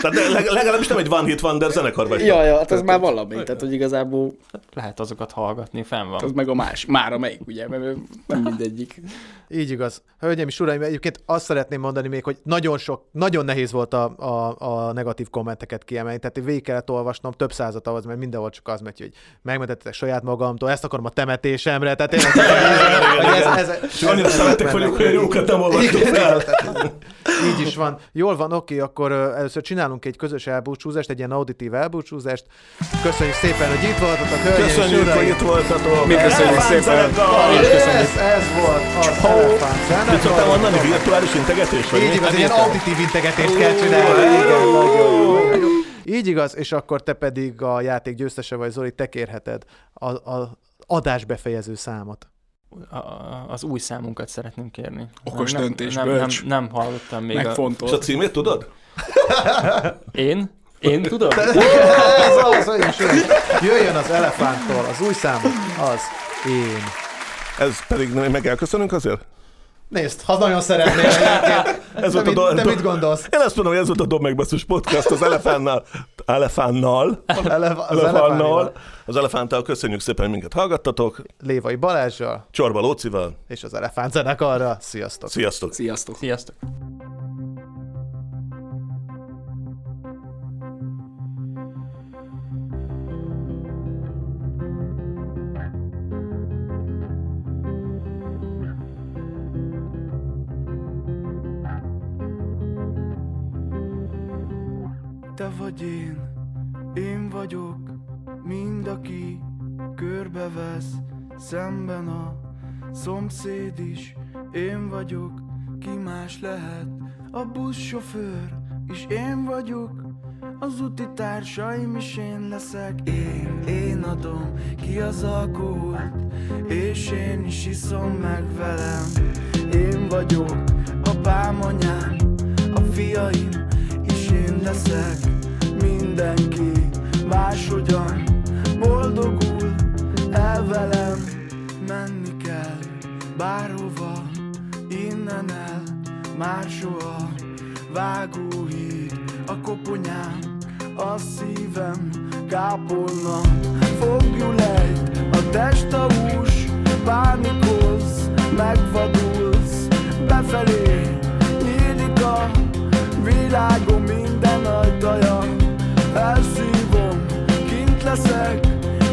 Tehát de leg- legalábbis nem egy One Hit Wonder zenekar vagy. Ja, ja, hát ez már valami, tehát hogy igazából Lehet azokat hallgatni, fenn van. az meg a más, már a melyik, ugye, mert ő nem mindegyik. Így igaz. Hölgyeim és uraim, egyébként azt szeretném mondani még, hogy nagyon sok, nagyon nehéz volt a, a, a negatív kommenteket kiemelni, tehát én végig kellett olvasnom több százat ahhoz, mert mindenhol csak az megy, hogy megmentettetek saját magamtól, ezt akarom a temetésemre, tehát tényleg, hogy ez, ez, ez, És annyira szeretek vagyok, hogy a jókat nem olvastuk Igen, fel. tehát ez- Így is van. Jól van, oké, akkor ö, először csinálunk egy közös elbúcsúzást, egy ilyen auditív elbúcsúzást. Köszönjük szépen, hogy itt voltatok, hölgyeim és Köszönjük, uraim! hogy itt voltatok. Mi köszönjük Elefánt szépen. Zenekar! És köszönjük. Ez, ez volt az Csó. Elefánt Zenekar. Mit szoktál mondani? Virtuális integetés? Vagy Hát Így mi? igaz, ilyen auditív integetést kell csinálni. Igen, nagyon jó, nagyon jó. Így igaz, és akkor te pedig a játék győztese vagy, Zoli, te kérheted a, a adás befejező számot. A, a- az új számunkat szeretnünk kérni. Okos nem, döntés, nem, nem, bölcs. nem, hallottam még. A... És a Megfontolt. címét tudod? Én? Én tudom? Ez az, hogy is jön. Jöjjön az elefánttól, az új számot, az én. Ez pedig meg elköszönünk azért? Nézd, ha nagyon szeretnél egyébként. Ez Te volt a mit- dol- te dol- mit gondolsz? Én azt mondom, hogy ez volt a Dob Megbasszus Podcast az elefánnal. Elefánnal. Elef- az Elefánnal. elefánnal. Az elefánttal köszönjük szépen, hogy minket hallgattatok. Lévai Balázsjal Csorba Lócival. és az elefánt zenekarra. Sziasztok! Sziasztok. Sziasztok. Sziasztok! Te vagy én, én vagyok, mind aki körbevesz, szemben a szomszéd is, én vagyok, ki más lehet, a buszsofőr is én vagyok, az úti társaim is én leszek, én, én adom ki az alkoholt, és én is iszom meg velem, én vagyok, apám, anyám, a fiaim, és én leszek mindenki máshogyan boldogul el velem menni kell bárhova innen el már soha vágóhíd a koponyám a szívem kápolna fogjul egy a test a hús pánikolsz megvadulsz befelé nyílik a Világom minden ajtaja Elszívom, kint leszek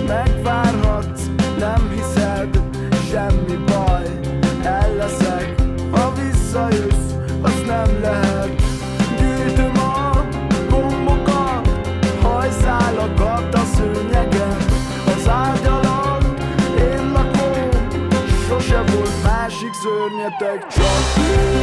Megvárhatsz, nem hiszed Semmi baj, el leszek Ha visszajössz, az nem lehet Gyűjtöm a gombokat Hajszálakat a szőnyegen Az ágy alatt én lakom Sose volt másik szörnyetek, csak én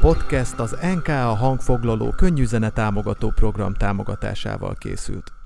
podcast az NK a hangfoglaló könnyűzene támogató program támogatásával készült.